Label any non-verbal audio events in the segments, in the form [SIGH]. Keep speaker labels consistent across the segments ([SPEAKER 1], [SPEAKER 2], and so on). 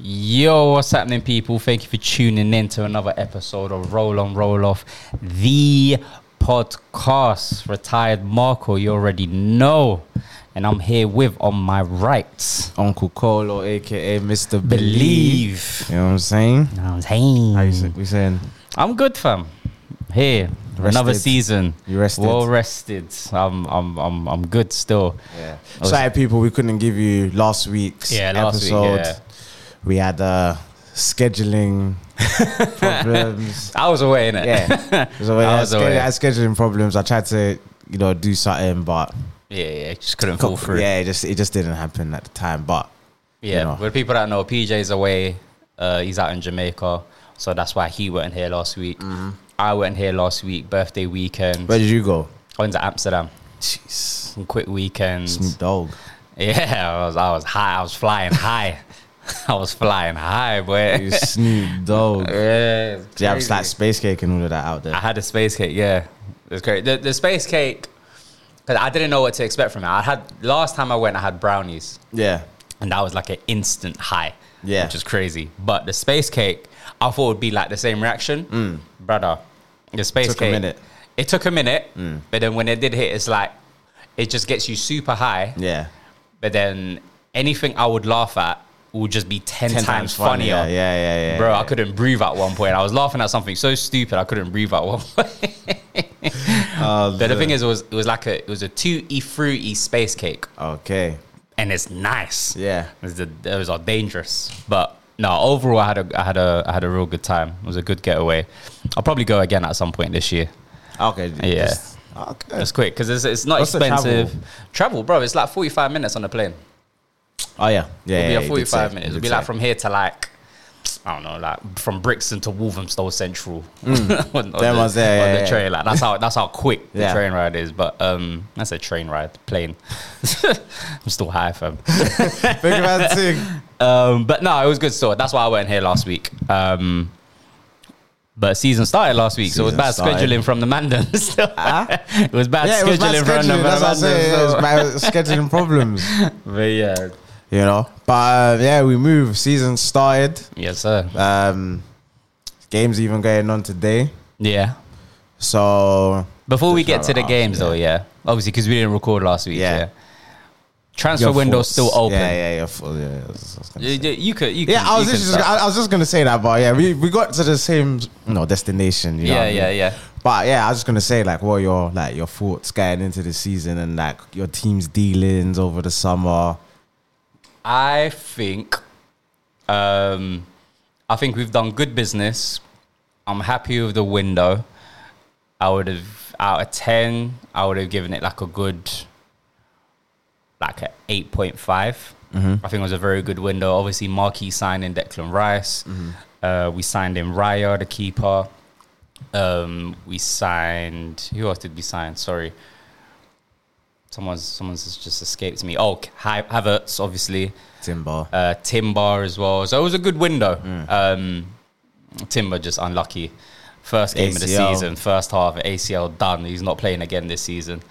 [SPEAKER 1] Yo, what's happening, people? Thank you for tuning in to another episode of Roll On Roll Off, the podcast. Retired Marco, you already know. And I'm here with, on my right,
[SPEAKER 2] Uncle Colo, aka Mr. Believe.
[SPEAKER 1] Believe.
[SPEAKER 2] You know what I'm saying?
[SPEAKER 1] And I'm saying,
[SPEAKER 2] How you say, we saying?
[SPEAKER 1] I'm good, fam. Here, another
[SPEAKER 2] Rested.
[SPEAKER 1] season.
[SPEAKER 2] You rested?
[SPEAKER 1] Well rested. I'm, I'm, I'm, I'm good still.
[SPEAKER 2] Yeah.
[SPEAKER 1] I was-
[SPEAKER 2] Sorry, people, we couldn't give you last week's
[SPEAKER 1] Yeah, last week,
[SPEAKER 2] episode.
[SPEAKER 1] yeah.
[SPEAKER 2] We had uh, [LAUGHS] scheduling problems.
[SPEAKER 1] I was away, innit?
[SPEAKER 2] Yeah, so we
[SPEAKER 1] I
[SPEAKER 2] had
[SPEAKER 1] was
[SPEAKER 2] sch-
[SPEAKER 1] away.
[SPEAKER 2] had scheduling problems. I tried to, you know, do something, but
[SPEAKER 1] [LAUGHS] yeah, yeah. Just couldn't fall through.
[SPEAKER 2] yeah, it just it just didn't happen at the time. But
[SPEAKER 1] Yeah,
[SPEAKER 2] you know.
[SPEAKER 1] with people that know, PJ's away. Uh, he's out in Jamaica, so that's why he went here last week. I went here last week, birthday weekend.
[SPEAKER 2] Mm-hmm. where did you go?
[SPEAKER 1] I went to Amsterdam,
[SPEAKER 2] Jeez,
[SPEAKER 1] some quick weekends.
[SPEAKER 2] Snoop Dogg.
[SPEAKER 1] [LAUGHS] Yeah, I was, I was high. I was flying high. [LAUGHS] I was flying high, boy.
[SPEAKER 2] [LAUGHS] You Snoop [LAUGHS] Dogg.
[SPEAKER 1] yeah, it's
[SPEAKER 2] Yeah, it's
[SPEAKER 1] crazy.
[SPEAKER 2] like space cake and all of that out
[SPEAKER 1] I
[SPEAKER 2] there.
[SPEAKER 1] had a space cake. Yeah, it was great. The, the space cake, because I didn't know what to expect from it. I had last time I went, I had brownies.
[SPEAKER 2] Yeah,
[SPEAKER 1] and that was like an instant high.
[SPEAKER 2] Yeah.
[SPEAKER 1] which is crazy. But the space cake, I thought would be like the same reaction, brother. The space
[SPEAKER 2] Mm. Took a
[SPEAKER 1] cake.
[SPEAKER 2] minute. Mm.
[SPEAKER 1] It took a minute, but then when it did hit, it's like it just gets you super high.
[SPEAKER 2] yeah.
[SPEAKER 1] But then anything I would laugh at would just be ten, times, funnier.
[SPEAKER 2] Yeah, yeah, yeah. yeah.
[SPEAKER 1] Bro, I couldn't breathe at one point. I was laughing at something so stupid I couldn't breathe at one point. [LAUGHS]
[SPEAKER 2] Uh,
[SPEAKER 1] but the thing is, it was it was like a it was a two e fruity space cake,
[SPEAKER 2] okay,
[SPEAKER 1] and it's nice.
[SPEAKER 2] yeah.
[SPEAKER 1] It was the- Those are dangerous, but no. Overall, I had a, I had a, I had a real good time. It was a good getaway. I'll probably go again at some point this year.
[SPEAKER 2] Okay.
[SPEAKER 1] Yeah.
[SPEAKER 2] just- oh, okay.
[SPEAKER 1] It's quick because it's, it's not
[SPEAKER 2] What's the
[SPEAKER 1] expensive. Travel? bro. It's like forty five minutes on the plane.
[SPEAKER 2] Oh yeah.
[SPEAKER 1] It'll
[SPEAKER 2] Yeah. yeah,
[SPEAKER 1] be
[SPEAKER 2] you did
[SPEAKER 1] a forty five
[SPEAKER 2] say,
[SPEAKER 1] minutes.
[SPEAKER 2] you
[SPEAKER 1] It'll
[SPEAKER 2] did
[SPEAKER 1] be like
[SPEAKER 2] say.
[SPEAKER 1] from here to like. I don't know, like from Brixton to Walthamstow Central. [LAUGHS] on, on
[SPEAKER 2] That
[SPEAKER 1] the,
[SPEAKER 2] was it,
[SPEAKER 1] on
[SPEAKER 2] Mm. yeah,
[SPEAKER 1] the
[SPEAKER 2] yeah.
[SPEAKER 1] train. Like that's how that's how quick the
[SPEAKER 2] Yeah.
[SPEAKER 1] train ride is. But um, that's a train ride, plane. [LAUGHS] I'm still high, fam.
[SPEAKER 2] [LAUGHS] Think about the thing.
[SPEAKER 1] Um, but no, it was good still. That's why I went here last week. Um, but season started last week, so it was
[SPEAKER 2] Season
[SPEAKER 1] bad
[SPEAKER 2] started. Ah?
[SPEAKER 1] scheduling from the Mandem. [LAUGHS] still. it was bad
[SPEAKER 2] Yeah, it
[SPEAKER 1] scheduling,
[SPEAKER 2] was bad
[SPEAKER 1] from the
[SPEAKER 2] scheduling. That's what I
[SPEAKER 1] Mandem.
[SPEAKER 2] say. It was
[SPEAKER 1] so- [LAUGHS]
[SPEAKER 2] bad scheduling problems.
[SPEAKER 1] But yeah,
[SPEAKER 2] You know. But uh, yeah, we move. Season started.
[SPEAKER 1] yes sir.
[SPEAKER 2] Um, games even going on today.
[SPEAKER 1] Yeah.
[SPEAKER 2] So
[SPEAKER 1] Before we get
[SPEAKER 2] That's
[SPEAKER 1] to the
[SPEAKER 2] right,
[SPEAKER 1] games though, yeah, obviously because we didn't record last week. Yeah.
[SPEAKER 2] Yeah.
[SPEAKER 1] Transfer
[SPEAKER 2] your
[SPEAKER 1] window's still
[SPEAKER 2] thoughts.
[SPEAKER 1] open.
[SPEAKER 2] Yeah, yeah, yeah. full- yeah, yeah, I was- I was gonna
[SPEAKER 1] You,
[SPEAKER 2] say.
[SPEAKER 1] you- you could, you
[SPEAKER 2] Yeah,
[SPEAKER 1] could-
[SPEAKER 2] I was
[SPEAKER 1] you could
[SPEAKER 2] just,
[SPEAKER 1] start.
[SPEAKER 2] I, I was just gonna say that, but yeah, we, we got to the same you know, destination. You know what
[SPEAKER 1] yeah,
[SPEAKER 2] I mean?
[SPEAKER 1] yeah, yeah.
[SPEAKER 2] But yeah, I was just gonna say like what are your like your thoughts going into the season and like your team's dealings over the summer.
[SPEAKER 1] I think, um, I think we've done good business. I'm happy with the window. I would have out of ten. I would have given it like a good, like a eight I think it was a very good window. Obviously, Marquis signing Declan Rice. Uh, we signed in Raya, the keeper. Um, we signed. Who else did we sign? Sorry. Someone's someone's just escaped me. Oh, Ha- Havertz, obviously
[SPEAKER 2] Timber.
[SPEAKER 1] uh, Timber as well. So it was a good window.
[SPEAKER 2] Mm.
[SPEAKER 1] Um, Timber just unlucky. First game of the
[SPEAKER 2] ACL.
[SPEAKER 1] season, first half, ACL done. He's not playing again this season.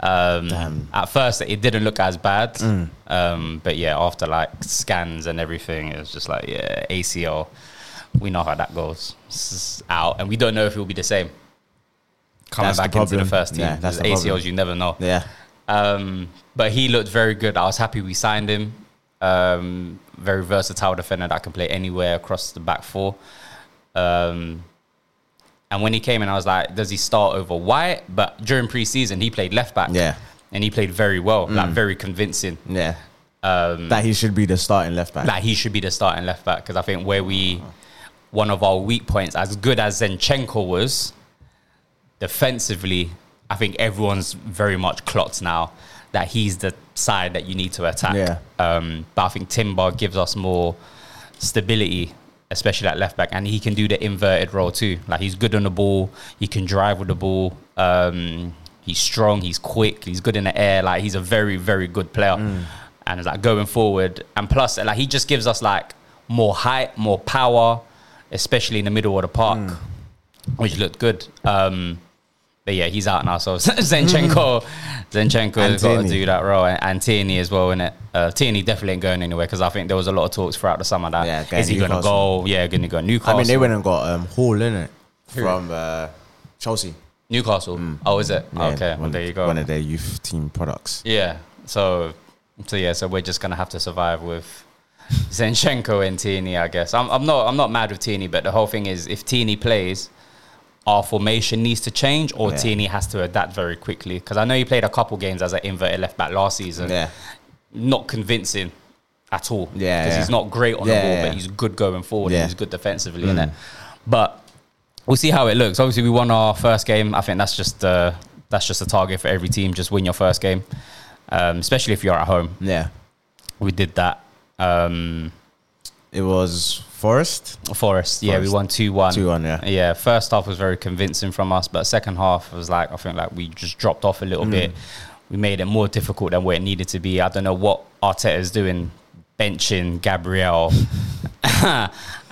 [SPEAKER 1] Um,
[SPEAKER 2] Damn. Mm.
[SPEAKER 1] at first, it didn't look as bad. Um, but yeah, after like scans and everything, it was just like, yeah, ACL. We know how that goes. It's just out. And we don't know if it will be the same. Coming
[SPEAKER 2] That's the
[SPEAKER 1] back into the
[SPEAKER 2] problem.
[SPEAKER 1] first team.
[SPEAKER 2] Yeah, that's the
[SPEAKER 1] ACLs,
[SPEAKER 2] problem.
[SPEAKER 1] you never know.
[SPEAKER 2] yeah.
[SPEAKER 1] Um, but he looked very good. I was happy we signed him. Um, very versatile defender that can play anywhere across the back four. Um, and when he came in, I was like, does he start over White? But during preseason, he played left back.
[SPEAKER 2] Yeah.
[SPEAKER 1] And he played very well, like very convincing.
[SPEAKER 2] Yeah. that he should be the starting left back.
[SPEAKER 1] Um, Like he should be the starting left back because I think where we, one of our weak points, as good as Zenchenko was, defensively, I think everyone's very much clocked now that he's the side that you need to attack.
[SPEAKER 2] Yeah.
[SPEAKER 1] Um, but I think Timber gives us more stability, especially at left back, and he can do the inverted role too. Like he's good on the ball, he can drive with the ball. Um, he's strong, he's quick, he's good in the air. Like he's a very, very good player. And it's like going forward, and plus, like he just gives us like more height, more power, especially in the middle of the park, which looked good. Um, but But yeah, he's out now. So [LAUGHS] Zenchenko, Zenchenko has got to
[SPEAKER 2] Tierney.
[SPEAKER 1] do that role, and, and Tierney as well, innit? Uh, Tierney definitely ain't going anywhere because I think there was a lot of talks throughout the summer that
[SPEAKER 2] Yeah,
[SPEAKER 1] is
[SPEAKER 2] going
[SPEAKER 1] he going to
[SPEAKER 2] Newcastle.
[SPEAKER 1] go? Yeah, going to go Newcastle.
[SPEAKER 2] I mean, they went and got um, Hall in it from uh, Chelsea.
[SPEAKER 1] Newcastle.
[SPEAKER 2] Mm.
[SPEAKER 1] Oh, is it? okay, well
[SPEAKER 2] one-
[SPEAKER 1] there you go.
[SPEAKER 2] One of their youth team products.
[SPEAKER 1] Yeah. So, so yeah. So we're just gonna have to survive with [LAUGHS] Zinchenko and Tini, I guess. I'm, I'm not. I'm not mad with Tini, but the whole thing is, if Tini plays, our formation needs to change, or
[SPEAKER 2] Yeah.
[SPEAKER 1] Tini has to adapt very quickly. Because I know he played a couple games as an inverted left back last season.
[SPEAKER 2] Yeah.
[SPEAKER 1] Not convincing at all.
[SPEAKER 2] Yeah,
[SPEAKER 1] Because
[SPEAKER 2] yeah.
[SPEAKER 1] he's not great on
[SPEAKER 2] Yeah,
[SPEAKER 1] the ball,
[SPEAKER 2] yeah.
[SPEAKER 1] but he's good going forward.
[SPEAKER 2] Yeah. Mm.
[SPEAKER 1] And he's good defensively, innit? But we'll see how it looks. Obviously, we won our first game. I think that's just uh, that's just a target for every team. Just win your first game, um, especially if you're at home.
[SPEAKER 2] Yeah.
[SPEAKER 1] We did that. Um,
[SPEAKER 2] It was Forest.
[SPEAKER 1] Forest, yeah, we
[SPEAKER 2] Forest.
[SPEAKER 1] won two one.
[SPEAKER 2] 2-1, yeah.
[SPEAKER 1] yeah. First half was very convincing from us, but second half was like I think like we just dropped off a little
[SPEAKER 2] Mm.
[SPEAKER 1] bit. We made it more difficult than what it needed to be. I don't know what Arteta's doing, benching Gabriel [LAUGHS]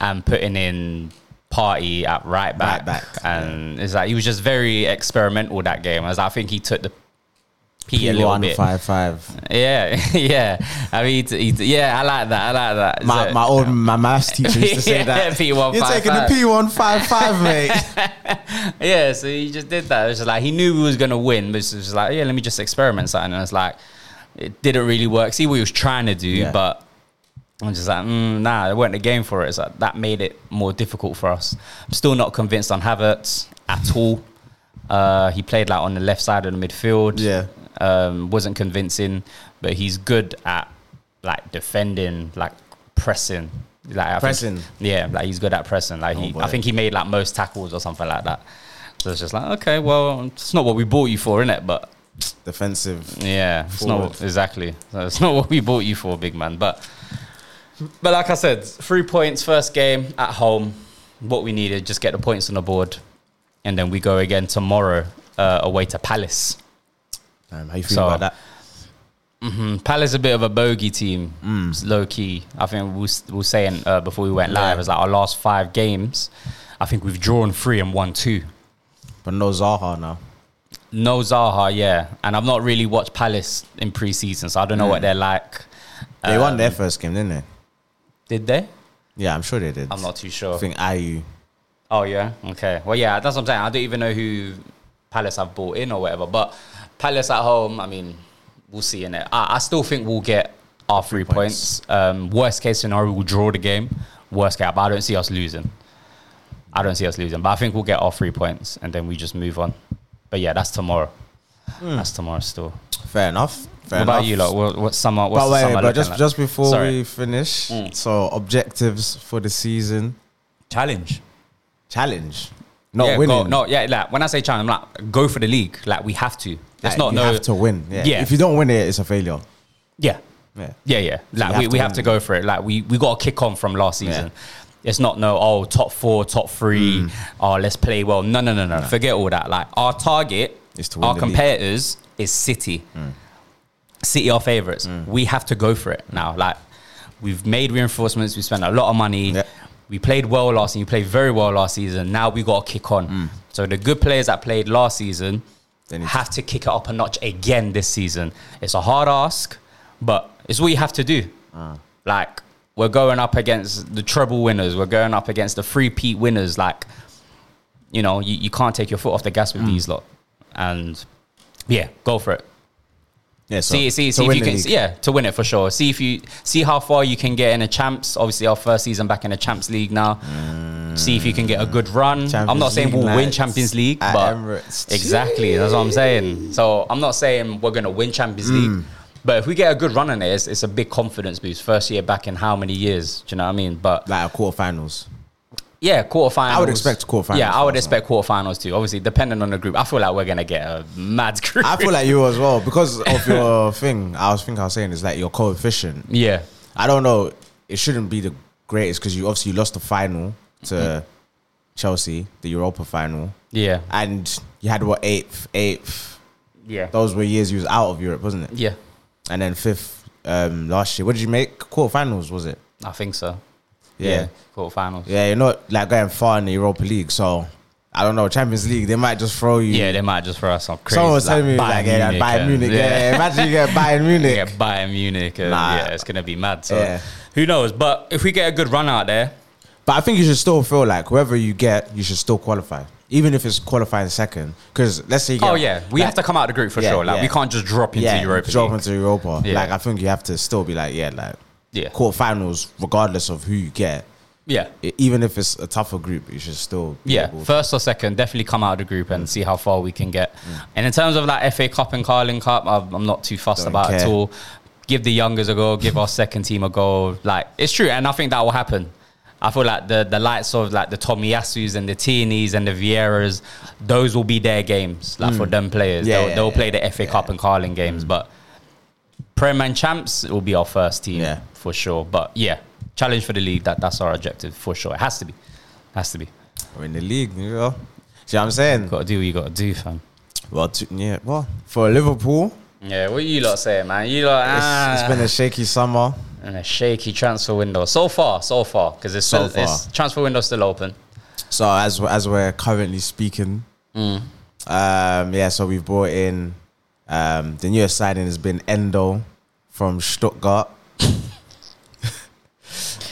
[SPEAKER 1] and putting in Party at right back.
[SPEAKER 2] Right back,
[SPEAKER 1] and it's like he was just very experimental that game. As I think he took the P a little bit.
[SPEAKER 2] P155.
[SPEAKER 1] [LAUGHS] Yeah, [LAUGHS] yeah. I mean, he- he- yeah, I like that. I like that.
[SPEAKER 2] My,
[SPEAKER 1] So-
[SPEAKER 2] my old my maths
[SPEAKER 1] [LAUGHS]
[SPEAKER 2] teacher used to say
[SPEAKER 1] Yeah,
[SPEAKER 2] that.
[SPEAKER 1] P155.
[SPEAKER 2] You're taking the P155, mate. [LAUGHS]
[SPEAKER 1] [LAUGHS] Yeah, so he just did that. It was just like he knew we was gonna win, but it was just like, yeah, let me just experiment something. And it's like it didn't really work. See what he was trying to do,
[SPEAKER 2] Yeah.
[SPEAKER 1] but I'm just like, mm, nah, it weren't the game for it. It's like that made it more difficult for us. I'm still not convinced on Havertz at all. Uh, he played like on the left side of the midfield.
[SPEAKER 2] Yeah.
[SPEAKER 1] um, wasn't convincing, but he's good at like defending, like pressing, like I think-
[SPEAKER 2] Pressing?
[SPEAKER 1] yeah, like he's good at pressing. Like he,
[SPEAKER 2] Oh, boy.
[SPEAKER 1] I think he made like most tackles or something like that. So it's just like, okay, well, it's not what we bought you for, innit? But
[SPEAKER 2] Defensive.
[SPEAKER 1] yeah, it's not
[SPEAKER 2] Forward.
[SPEAKER 1] what- exactly. So it's [LAUGHS] not what we bought you for, big man. But but like I said, three points first game at home. What we needed, just get the points on the board, and then we go again tomorrow uh, away to Palace.
[SPEAKER 2] Um, how you feel
[SPEAKER 1] So-
[SPEAKER 2] about that?
[SPEAKER 1] Mm, Palace a bit of a bogey team,
[SPEAKER 2] Mm.
[SPEAKER 1] low key. I think we was- we were saying uh, before we went live,
[SPEAKER 2] Yeah.
[SPEAKER 1] it's like our last five games. I think we've drawn three and won two.
[SPEAKER 2] But no Zaha now.
[SPEAKER 1] No Zaha, yeah, and I've not really watched Palace in pre-season, so I don't know what they're like.
[SPEAKER 2] They won
[SPEAKER 1] Um,
[SPEAKER 2] their first game, didn't they?
[SPEAKER 1] Did they?
[SPEAKER 2] Yeah, I'm sure they did.
[SPEAKER 1] I'm not too sure.
[SPEAKER 2] I think IU.
[SPEAKER 1] Oh yeah. Okay. Well, yeah. That's what I'm saying. I don't even know who Palace have bought in or whatever. But Palace at home. I mean, we'll see in it. I, I still think we'll get our three points. Um, worst case scenario, we'll draw the game. Worst case, but I don't see us losing. I don't see us losing, but I think we'll get our three points and then we just move on. But yeah, that's tomorrow. That's tomorrow still.
[SPEAKER 2] Fair enough. Fair
[SPEAKER 1] what about
[SPEAKER 2] enough.
[SPEAKER 1] you? Like, what, what's summer? What's
[SPEAKER 2] but
[SPEAKER 1] the
[SPEAKER 2] wait,
[SPEAKER 1] summer
[SPEAKER 2] but
[SPEAKER 1] looking
[SPEAKER 2] just
[SPEAKER 1] like?
[SPEAKER 2] just before
[SPEAKER 1] Sorry.
[SPEAKER 2] we finish,
[SPEAKER 1] Mm.
[SPEAKER 2] so objectives for the season
[SPEAKER 1] challenge.
[SPEAKER 2] challenge, not
[SPEAKER 1] yeah,
[SPEAKER 2] winning.
[SPEAKER 1] Go, no, yeah. Like when I say challenge, I'm like go for the league. Like we have to. It's
[SPEAKER 2] Like,
[SPEAKER 1] not
[SPEAKER 2] you
[SPEAKER 1] no
[SPEAKER 2] have to win. Yeah.
[SPEAKER 1] Yeah.
[SPEAKER 2] if you don't win it, it's a failure.
[SPEAKER 1] Yeah.
[SPEAKER 2] Yeah,
[SPEAKER 1] Yeah, yeah. Like
[SPEAKER 2] you
[SPEAKER 1] we,
[SPEAKER 2] have
[SPEAKER 1] we
[SPEAKER 2] to
[SPEAKER 1] have to
[SPEAKER 2] win.
[SPEAKER 1] go for it. Like we, we got to kick on from last season. It's not no oh top four, top three,
[SPEAKER 2] Mm.
[SPEAKER 1] oh let's play well. No, no, no, no. Forget all that. Like our target,
[SPEAKER 2] Is to win
[SPEAKER 1] our
[SPEAKER 2] the league. Mm.
[SPEAKER 1] competitors is City. City are favourites. We have to go for it
[SPEAKER 2] Mm.
[SPEAKER 1] now. Like we've made reinforcements. We spent a lot of money.
[SPEAKER 2] Yeah.
[SPEAKER 1] We played well last season. We played very well last season. Now we got to kick on.
[SPEAKER 2] Mm.
[SPEAKER 1] So the good players that played last season
[SPEAKER 2] They need to-
[SPEAKER 1] have to kick it up a notch again this season. It's a hard ask, but it's what you have to do.
[SPEAKER 2] Ah.
[SPEAKER 1] Like we're going up against the treble winners. We're going up against the three peat winners. Like you know, you, you can't take your foot off the gas with
[SPEAKER 2] Hmm.
[SPEAKER 1] these lot. And yeah, go for it.
[SPEAKER 2] yeah. So,
[SPEAKER 1] See, see,
[SPEAKER 2] to
[SPEAKER 1] see if
[SPEAKER 2] win
[SPEAKER 1] you
[SPEAKER 2] the
[SPEAKER 1] can,
[SPEAKER 2] league.
[SPEAKER 1] yeah, to win it for sure. See if you see how far you can get in a champs. Obviously, our first season back in the champs league now. See if you can get a good run. I'm not
[SPEAKER 2] Champions
[SPEAKER 1] saying
[SPEAKER 2] League
[SPEAKER 1] we'll win
[SPEAKER 2] nights
[SPEAKER 1] Champions League,
[SPEAKER 2] at
[SPEAKER 1] but
[SPEAKER 2] Emirates.
[SPEAKER 1] exactly that's what I'm saying. So I'm not saying we're gonna win Champions League,
[SPEAKER 2] Mm.
[SPEAKER 1] but if we get a good run in it, it's, it's a big confidence boost. First year back in how many years? Do you know what I mean? But
[SPEAKER 2] like a quarterfinals.
[SPEAKER 1] yeah, quarterfinals.
[SPEAKER 2] I would expect quarterfinals
[SPEAKER 1] Yeah, I would
[SPEAKER 2] also.
[SPEAKER 1] expect quarterfinals too. Obviously, depending on the group, I feel like we're gonna get a mad group.
[SPEAKER 2] I feel like you as well because of your thing. I was thinking I was saying is like your coefficient.
[SPEAKER 1] [LAUGHS] yeah,
[SPEAKER 2] I don't know. It shouldn't be the greatest because you obviously lost the final to Chelsea, the Europa final,
[SPEAKER 1] yeah,
[SPEAKER 2] and you had what eighth, eighth.
[SPEAKER 1] yeah,
[SPEAKER 2] Those were years you was out of Europe, wasn't it?
[SPEAKER 1] yeah.
[SPEAKER 2] And then fifth um, last year. What did you make? Quarterfinals was it?
[SPEAKER 1] I think so.
[SPEAKER 2] Yeah.
[SPEAKER 1] quarterfinals.
[SPEAKER 2] yeah, you're not like going far in the Europa League. So I don't know Champions League. They might just throw you.
[SPEAKER 1] Yeah, they might just throw us some crazy.
[SPEAKER 2] Someone was telling me like, yeah, Bayern Munich. Yeah. imagine you get [LAUGHS] Bayern Munich.
[SPEAKER 1] yeah, Bayern Munich. and
[SPEAKER 2] Nah.
[SPEAKER 1] Yeah, it's gonna be mad. So
[SPEAKER 2] Yeah.
[SPEAKER 1] who knows? But if we get a good run out there,
[SPEAKER 2] But I think you should still feel like whoever you get, you should still qualify, even if it's qualifying second. Because let's say, you get,
[SPEAKER 1] oh yeah, we
[SPEAKER 2] like,
[SPEAKER 1] have to come out of the group for
[SPEAKER 2] Yeah,
[SPEAKER 1] sure. Like
[SPEAKER 2] yeah.
[SPEAKER 1] we can't just drop into
[SPEAKER 2] yeah,
[SPEAKER 1] Europa.
[SPEAKER 2] drop
[SPEAKER 1] League.
[SPEAKER 2] into Europa.
[SPEAKER 1] Yeah.
[SPEAKER 2] Like I think you have to still be like, yeah, like
[SPEAKER 1] Yeah.
[SPEAKER 2] quarterfinals, regardless of who you get,
[SPEAKER 1] yeah.
[SPEAKER 2] e- even if it's a tougher group, you should still be
[SPEAKER 1] Yeah,
[SPEAKER 2] able-
[SPEAKER 1] first or second, definitely come out of the group
[SPEAKER 2] Mm.
[SPEAKER 1] and see how far we can get. And in terms of that FA Cup and Carling Cup, I'm I'm not too fussed
[SPEAKER 2] Don't
[SPEAKER 1] about it at
[SPEAKER 2] care.
[SPEAKER 1] all. Give the youngers a go, give our second team a go. Like it's true, and I think that will happen. I feel like the the lights of like the Tommy Yasus and the Tierney's and the Vieiras, those will be their games. Like for them players,
[SPEAKER 2] Mm. Yeah,
[SPEAKER 1] they'll,
[SPEAKER 2] yeah,
[SPEAKER 1] they'll play
[SPEAKER 2] yeah, Mm.
[SPEAKER 1] the FA Cup and Carling games. But Prem and Champs will be our first team
[SPEAKER 2] Yeah.
[SPEAKER 1] for sure. But yeah, challenge for the league. That that's our objective for sure. It has to be, has to be.
[SPEAKER 2] We're in the league, you know. See what I'm saying?
[SPEAKER 1] Got to do what you got to do, fam.
[SPEAKER 2] Well, two, yeah. Well, for Liverpool,
[SPEAKER 1] Yeah, what you lot saying, man? You lot,
[SPEAKER 2] it's,
[SPEAKER 1] Ah.
[SPEAKER 2] it's been a shaky summer.
[SPEAKER 1] a shaky transfer window so far, so far, because it's
[SPEAKER 2] So
[SPEAKER 1] still it's-
[SPEAKER 2] far.
[SPEAKER 1] transfer window still open.
[SPEAKER 2] So as we- as we're currently speaking,
[SPEAKER 1] Mm.
[SPEAKER 2] um, yeah. So we've brought in um, the newest signing has been Endo from Stuttgart.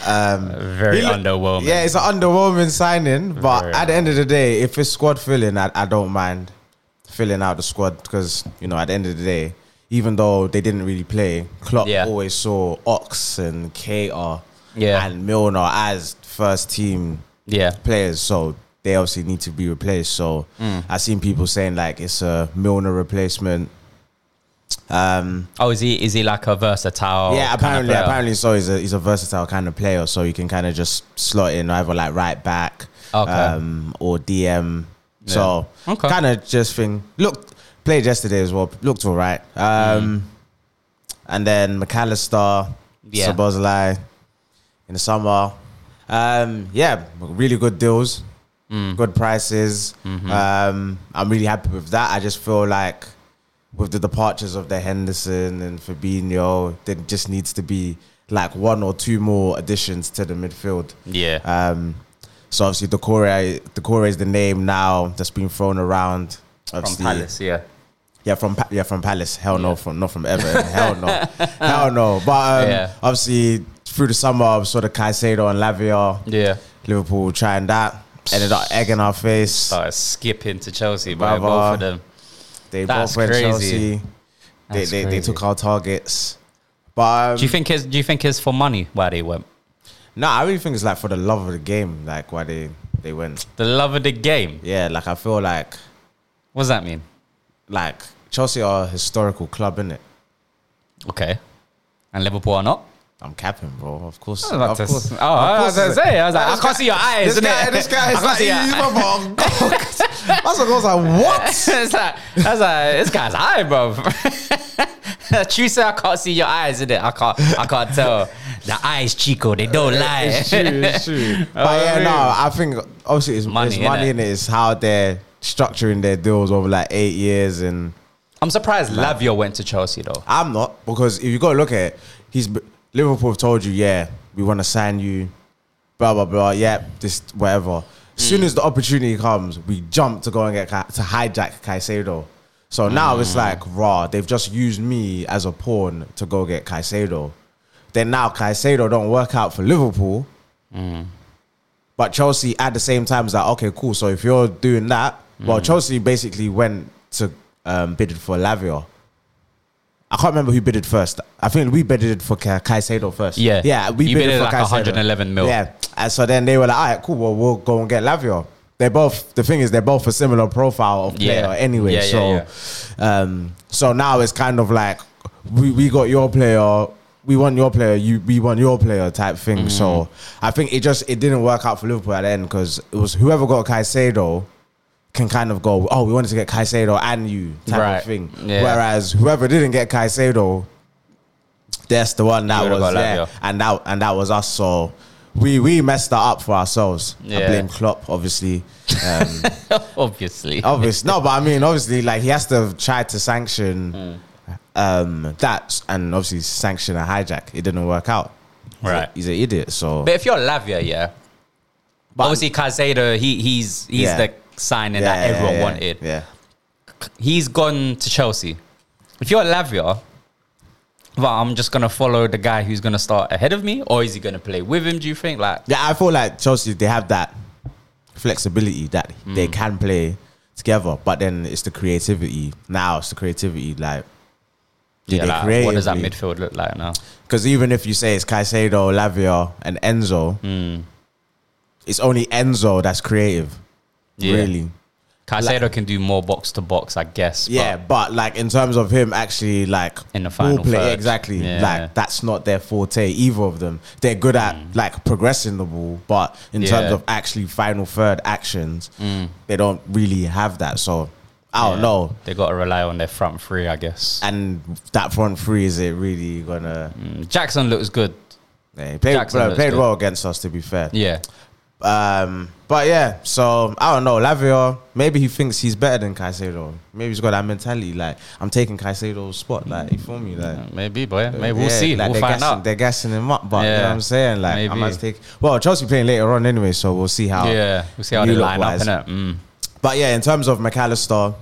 [SPEAKER 1] Very
[SPEAKER 2] He look-
[SPEAKER 1] underwhelming.
[SPEAKER 2] Yeah, it's an Uh, underwhelming signing, but
[SPEAKER 1] Very
[SPEAKER 2] at the end of the day, if it's squad filling, I, I don't mind filling out the squad because you know at the end of the day, even though they didn't really play, Klopp
[SPEAKER 1] Yeah.
[SPEAKER 2] always saw Ox and Kater
[SPEAKER 1] Yeah.
[SPEAKER 2] and Milner as first team
[SPEAKER 1] yeah,
[SPEAKER 2] players, so they obviously need to be replaced. So I've seen people saying like it's a Milner replacement. Um,
[SPEAKER 1] Oh, is he is he like a versatile?
[SPEAKER 2] yeah,
[SPEAKER 1] kind of
[SPEAKER 2] apparently,
[SPEAKER 1] Oh, player?
[SPEAKER 2] apparently, so he's a he's a versatile kind of player, so you can kind of just slot in either like right back,
[SPEAKER 1] Okay.
[SPEAKER 2] um, or DM. So
[SPEAKER 1] Okay.
[SPEAKER 2] kind of just thing looked played yesterday as well, looked all right. Um, and then McAllister,
[SPEAKER 1] Yeah.
[SPEAKER 2] yeah. in the summer. Um, yeah, really good deals,
[SPEAKER 1] Mm.
[SPEAKER 2] good prices.
[SPEAKER 1] Mm-hmm.
[SPEAKER 2] Um, I'm really happy with that. I just feel like with the departures of the Henderson and Fabinho, there just needs to be like one or two more additions to the midfield.
[SPEAKER 1] Yeah,
[SPEAKER 2] Um, so obviously, Decore, Decore is the name now that's been thrown around.
[SPEAKER 1] from
[SPEAKER 2] Obviously,
[SPEAKER 1] Palace. Yeah,
[SPEAKER 2] yeah, from Pa- yeah, from Palace. Hell no, from not from Everton. Hell no,
[SPEAKER 1] [LAUGHS]
[SPEAKER 2] hell no. But um,
[SPEAKER 1] Yeah.
[SPEAKER 2] obviously, through the summer, I sort of Caicedo and Lavia,
[SPEAKER 1] yeah.
[SPEAKER 2] Liverpool trying that, ended up egging our face.
[SPEAKER 1] Started skipping to Chelsea, but
[SPEAKER 2] Brother.
[SPEAKER 1] both of them.
[SPEAKER 2] They
[SPEAKER 1] That's
[SPEAKER 2] both went
[SPEAKER 1] crazy.
[SPEAKER 2] Chelsea. They,
[SPEAKER 1] That's
[SPEAKER 2] they, they
[SPEAKER 1] crazy.
[SPEAKER 2] took our targets. But um,
[SPEAKER 1] Do you think it's Do you think it's for money why they went?
[SPEAKER 2] No, I really think it's like for the love of the game, like why they they went.
[SPEAKER 1] The love of the game.
[SPEAKER 2] Yeah, like I feel like
[SPEAKER 1] What does that mean?
[SPEAKER 2] like Chelsea are a historical club, innit?
[SPEAKER 1] Okay, and Liverpool are not.
[SPEAKER 2] I'm capping, bro. Of course,
[SPEAKER 1] I was about
[SPEAKER 2] of
[SPEAKER 1] to
[SPEAKER 2] course.
[SPEAKER 1] s- oh, I was
[SPEAKER 2] course
[SPEAKER 1] gonna
[SPEAKER 2] it's-
[SPEAKER 1] say, I was like, I
[SPEAKER 2] This
[SPEAKER 1] can't
[SPEAKER 2] guy-
[SPEAKER 1] see your eyes,
[SPEAKER 2] This guy,
[SPEAKER 1] innit?
[SPEAKER 2] this guy
[SPEAKER 1] I
[SPEAKER 2] is
[SPEAKER 1] can't
[SPEAKER 2] like,
[SPEAKER 1] see your
[SPEAKER 2] he's my fault.
[SPEAKER 1] [LAUGHS]
[SPEAKER 2] That's what I was like. What?
[SPEAKER 1] it's like that's like this guy's eye, bro. [LAUGHS] True, say I can't see your eyes, innit? I can't, I can't tell. The eyes, Chico, they don't lie. [LAUGHS]
[SPEAKER 2] It's true, it's true.
[SPEAKER 1] I
[SPEAKER 2] But yeah,
[SPEAKER 1] mean-
[SPEAKER 2] no, I think obviously it's
[SPEAKER 1] Oh, Money,
[SPEAKER 2] money, it's money
[SPEAKER 1] innit?
[SPEAKER 2] in it. It's how they're structuring their deals over like eight years and.
[SPEAKER 1] I'm surprised Lavio went to Chelsea though.
[SPEAKER 2] I'm not because if you go look at it, he's Liverpool have told you, yeah, we want to sign you, blah blah blah. Yeah, this whatever. As
[SPEAKER 1] Mm.
[SPEAKER 2] soon as the opportunity comes, we jump to go and get Ca- to hijack Caicedo. So now
[SPEAKER 1] Mm.
[SPEAKER 2] it's like raw. They've just used me as a pawn to go get Caicedo. Then now Caicedo don't work out for Liverpool.
[SPEAKER 1] Mm.
[SPEAKER 2] But Chelsea at the same time is like, okay, cool. So if you're doing that, well,
[SPEAKER 1] Mm.
[SPEAKER 2] Chelsea basically went to um, bidded for Lavia. I can't remember who bidded first. I think we bidded for Ca- Caicedo first.
[SPEAKER 1] Yeah.
[SPEAKER 2] yeah, we
[SPEAKER 1] You
[SPEAKER 2] bidded,
[SPEAKER 1] bidded
[SPEAKER 2] for
[SPEAKER 1] like
[SPEAKER 2] Caicedo.
[SPEAKER 1] 111 mil.
[SPEAKER 2] Yeah, and so then they were like, all right, cool. Well, we'll go and get Lavia. They're both. The thing is, they're both a similar profile of
[SPEAKER 1] Yeah.
[SPEAKER 2] player anyway.
[SPEAKER 1] Yeah, yeah,
[SPEAKER 2] so, um, so now it's kind of like we, we got your player, we want your player, you we want your player type thing.
[SPEAKER 1] Mm.
[SPEAKER 2] So I think it just it didn't work out for Liverpool at the end because it was whoever got Caicedo can kind of go, oh, we wanted to get Caicedo and you type
[SPEAKER 1] Right.
[SPEAKER 2] of thing.
[SPEAKER 1] Yeah.
[SPEAKER 2] Whereas whoever didn't get Caicedo, that's the one that
[SPEAKER 1] You would've
[SPEAKER 2] was
[SPEAKER 1] got
[SPEAKER 2] yeah,
[SPEAKER 1] Lavia.
[SPEAKER 2] and that and that was us. So. We, we messed that up for ourselves.
[SPEAKER 1] Yeah.
[SPEAKER 2] I blame Klopp, obviously. Um,
[SPEAKER 1] [LAUGHS] Obviously,
[SPEAKER 2] obviously no but i mean obviously like he has to have tried to sanction
[SPEAKER 1] Hmm.
[SPEAKER 2] um that and obviously sanction a hijack it didn't work out He's a-
[SPEAKER 1] Right.
[SPEAKER 2] he's an idiot so
[SPEAKER 1] but if you're Lavia, yeah. But obviously, Caicedo, he he's he's
[SPEAKER 2] Yeah.
[SPEAKER 1] the signing
[SPEAKER 2] Yeah,
[SPEAKER 1] that
[SPEAKER 2] yeah,
[SPEAKER 1] everyone
[SPEAKER 2] yeah,
[SPEAKER 1] wanted.
[SPEAKER 2] Yeah.
[SPEAKER 1] He's gone to Chelsea. If you're Lavia, well, I'm just gonna follow the guy who's gonna start ahead of me, or is he gonna play with him? Do you think? Like,
[SPEAKER 2] Yeah, I feel like Chelsea they have that flexibility that
[SPEAKER 1] Hmm.
[SPEAKER 2] they can play together, but then it's the creativity. Now it's the creativity, like do
[SPEAKER 1] yeah,
[SPEAKER 2] they
[SPEAKER 1] like, what does that
[SPEAKER 2] creatively-
[SPEAKER 1] midfield look like now?
[SPEAKER 2] Because even if you say it's Caicedo, Lavia, and Enzo, it's only Enzo that's creative,
[SPEAKER 1] Yeah.
[SPEAKER 2] really.
[SPEAKER 1] Caicedo can do more box to box, I guess. but-
[SPEAKER 2] Yeah, but, like in terms of him actually like
[SPEAKER 1] In the
[SPEAKER 2] ball
[SPEAKER 1] final third.
[SPEAKER 2] exactly.
[SPEAKER 1] Yeah.
[SPEAKER 2] Like that's not their forte. Either of them, they're good at like progressing the ball, but in terms
[SPEAKER 1] Mm. Yeah. Mm.
[SPEAKER 2] of actually final third actions, they don't really have that. So I don't
[SPEAKER 1] yeah,
[SPEAKER 2] know.
[SPEAKER 1] They got to rely on their front three, I guess.
[SPEAKER 2] And that front three is it really gonna?
[SPEAKER 1] Mm, Jackson looks good.
[SPEAKER 2] Yeah, he played,
[SPEAKER 1] Jackson
[SPEAKER 2] well,
[SPEAKER 1] looks
[SPEAKER 2] played
[SPEAKER 1] good.
[SPEAKER 2] well against us, to be fair.
[SPEAKER 1] Yeah.
[SPEAKER 2] Um, but yeah, so I don't know. Lavia, maybe he thinks he's better than Caicedo. Maybe he's got that mentality. Like I'm taking Caicedo's spot. Like you feel me? Like
[SPEAKER 1] Maybe, boy. Maybe we'll
[SPEAKER 2] Yeah,
[SPEAKER 1] see.
[SPEAKER 2] like
[SPEAKER 1] we'll
[SPEAKER 2] they're
[SPEAKER 1] find
[SPEAKER 2] gassing,
[SPEAKER 1] out.
[SPEAKER 2] They're gassing him up, but you
[SPEAKER 1] Yeah,
[SPEAKER 2] know what I'm saying? Like, I
[SPEAKER 1] maybe.
[SPEAKER 2] must take. Well, Chelsea playing later on anyway, so we'll see how.
[SPEAKER 1] Yeah, we'll see how they
[SPEAKER 2] you look
[SPEAKER 1] line up
[SPEAKER 2] wise.
[SPEAKER 1] in it. Mm.
[SPEAKER 2] But yeah, in terms of McAllister,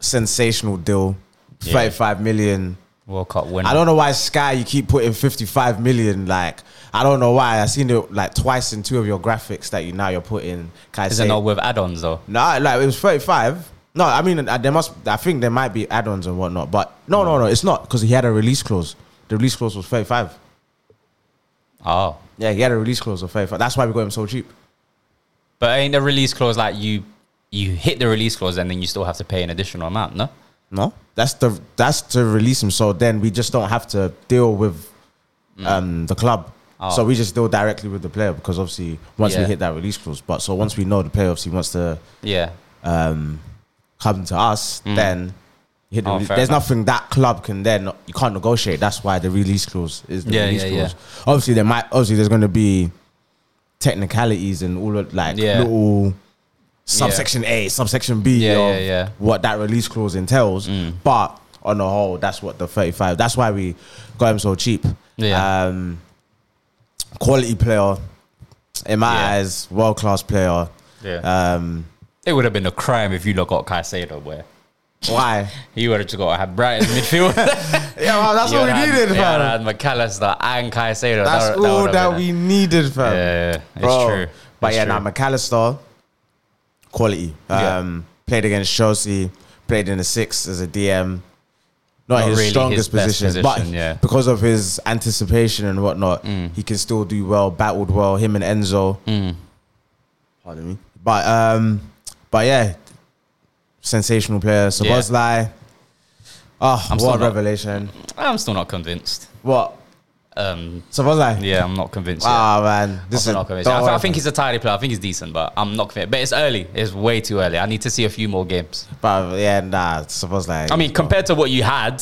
[SPEAKER 2] sensational deal.
[SPEAKER 1] Yeah.
[SPEAKER 2] 35 million.
[SPEAKER 1] World Cup
[SPEAKER 2] I
[SPEAKER 1] winner.
[SPEAKER 2] don't know why Sky you keep putting 55 million. Like, I don't know why. I seen it like twice in two of your graphics that you now you're putting.
[SPEAKER 1] Is it
[SPEAKER 2] Caicedo.
[SPEAKER 1] not with add-ons though?
[SPEAKER 2] No, like it was 35. No, I mean, uh, there must. I think there might be add-ons and whatnot, but no, no, no, it's not because he had a release clause. The release clause was 35.
[SPEAKER 1] Oh,
[SPEAKER 2] Yeah, he had a release clause of 35. That's why we got him so cheap.
[SPEAKER 1] but ain't the release clause like you you hit the release clause and then you still have to pay an additional amount? No.
[SPEAKER 2] No, that's the that's to release him. So then we just don't have to deal with um, the club.
[SPEAKER 1] Mm. Oh.
[SPEAKER 2] So we just deal directly with the player because obviously once we
[SPEAKER 1] Yeah.
[SPEAKER 2] hit that release clause, but so once we know the player obviously wants to
[SPEAKER 1] Yeah.
[SPEAKER 2] um, come to us, then hit the
[SPEAKER 1] Mm. Oh,
[SPEAKER 2] rele-
[SPEAKER 1] fair
[SPEAKER 2] there's
[SPEAKER 1] enough.
[SPEAKER 2] nothing that club can then you can't negotiate. That's why the release clause is the
[SPEAKER 1] Yeah,
[SPEAKER 2] release
[SPEAKER 1] yeah,
[SPEAKER 2] clause. Obviously, there might obviously there's going to be technicalities and all of like
[SPEAKER 1] Yeah.
[SPEAKER 2] little subsection A, subsection B
[SPEAKER 1] Yeah,
[SPEAKER 2] of
[SPEAKER 1] yeah, yeah. Mm.
[SPEAKER 2] what that release clause entails. But on the whole, that's what the 35. That's why we got him so cheap.
[SPEAKER 1] Yeah.
[SPEAKER 2] Um, quality player, in my
[SPEAKER 1] Yeah.
[SPEAKER 2] eyes, world class player.
[SPEAKER 1] Yeah.
[SPEAKER 2] Um,
[SPEAKER 1] it would have been a crime if you lot got Caicedo where [LAUGHS]
[SPEAKER 2] why?
[SPEAKER 1] he would have just got had Brighton [LAUGHS] midfield.
[SPEAKER 2] Yeah, well, that's
[SPEAKER 1] You
[SPEAKER 2] what we
[SPEAKER 1] would've had-
[SPEAKER 2] needed,
[SPEAKER 1] yeah,
[SPEAKER 2] fam.
[SPEAKER 1] and McAllister and Caicedo.
[SPEAKER 2] that's
[SPEAKER 1] that,
[SPEAKER 2] all
[SPEAKER 1] would've
[SPEAKER 2] that,
[SPEAKER 1] been a-
[SPEAKER 2] we needed, fam.
[SPEAKER 1] Yeah, yeah, it's
[SPEAKER 2] Bro.
[SPEAKER 1] true.
[SPEAKER 2] But
[SPEAKER 1] It's
[SPEAKER 2] yeah,
[SPEAKER 1] true.
[SPEAKER 2] now McAllister, quality.
[SPEAKER 1] Yeah.
[SPEAKER 2] Um, Played against Chelsea, played in the six as a DM. Not,
[SPEAKER 1] Not
[SPEAKER 2] his
[SPEAKER 1] really his
[SPEAKER 2] strongest
[SPEAKER 1] best
[SPEAKER 2] position, but
[SPEAKER 1] position, yeah. Mm.
[SPEAKER 2] because of his anticipation and whatnot, he can still do well. Battled well, him and Enzo. Pardon me. But um, but yeah, sensational player.
[SPEAKER 1] Yeah.
[SPEAKER 2] Sabozlai. Oh,
[SPEAKER 1] I'm still
[SPEAKER 2] what a
[SPEAKER 1] not-
[SPEAKER 2] revelation!
[SPEAKER 1] I'm still not convinced.
[SPEAKER 2] What
[SPEAKER 1] Um,
[SPEAKER 2] Sabozlai?
[SPEAKER 1] yeah, I'm not convinced. yet.
[SPEAKER 2] Ah man, this
[SPEAKER 1] This
[SPEAKER 2] is.
[SPEAKER 1] not convinced. I,
[SPEAKER 2] don't
[SPEAKER 1] th- I
[SPEAKER 2] worry.
[SPEAKER 1] think he's a tidy player. I think he's decent, but I'm not convinced. But it's early. It's way too early. I need to see a few more games.
[SPEAKER 2] But yeah, nah, suppose like.
[SPEAKER 1] I mean, compared to what you had,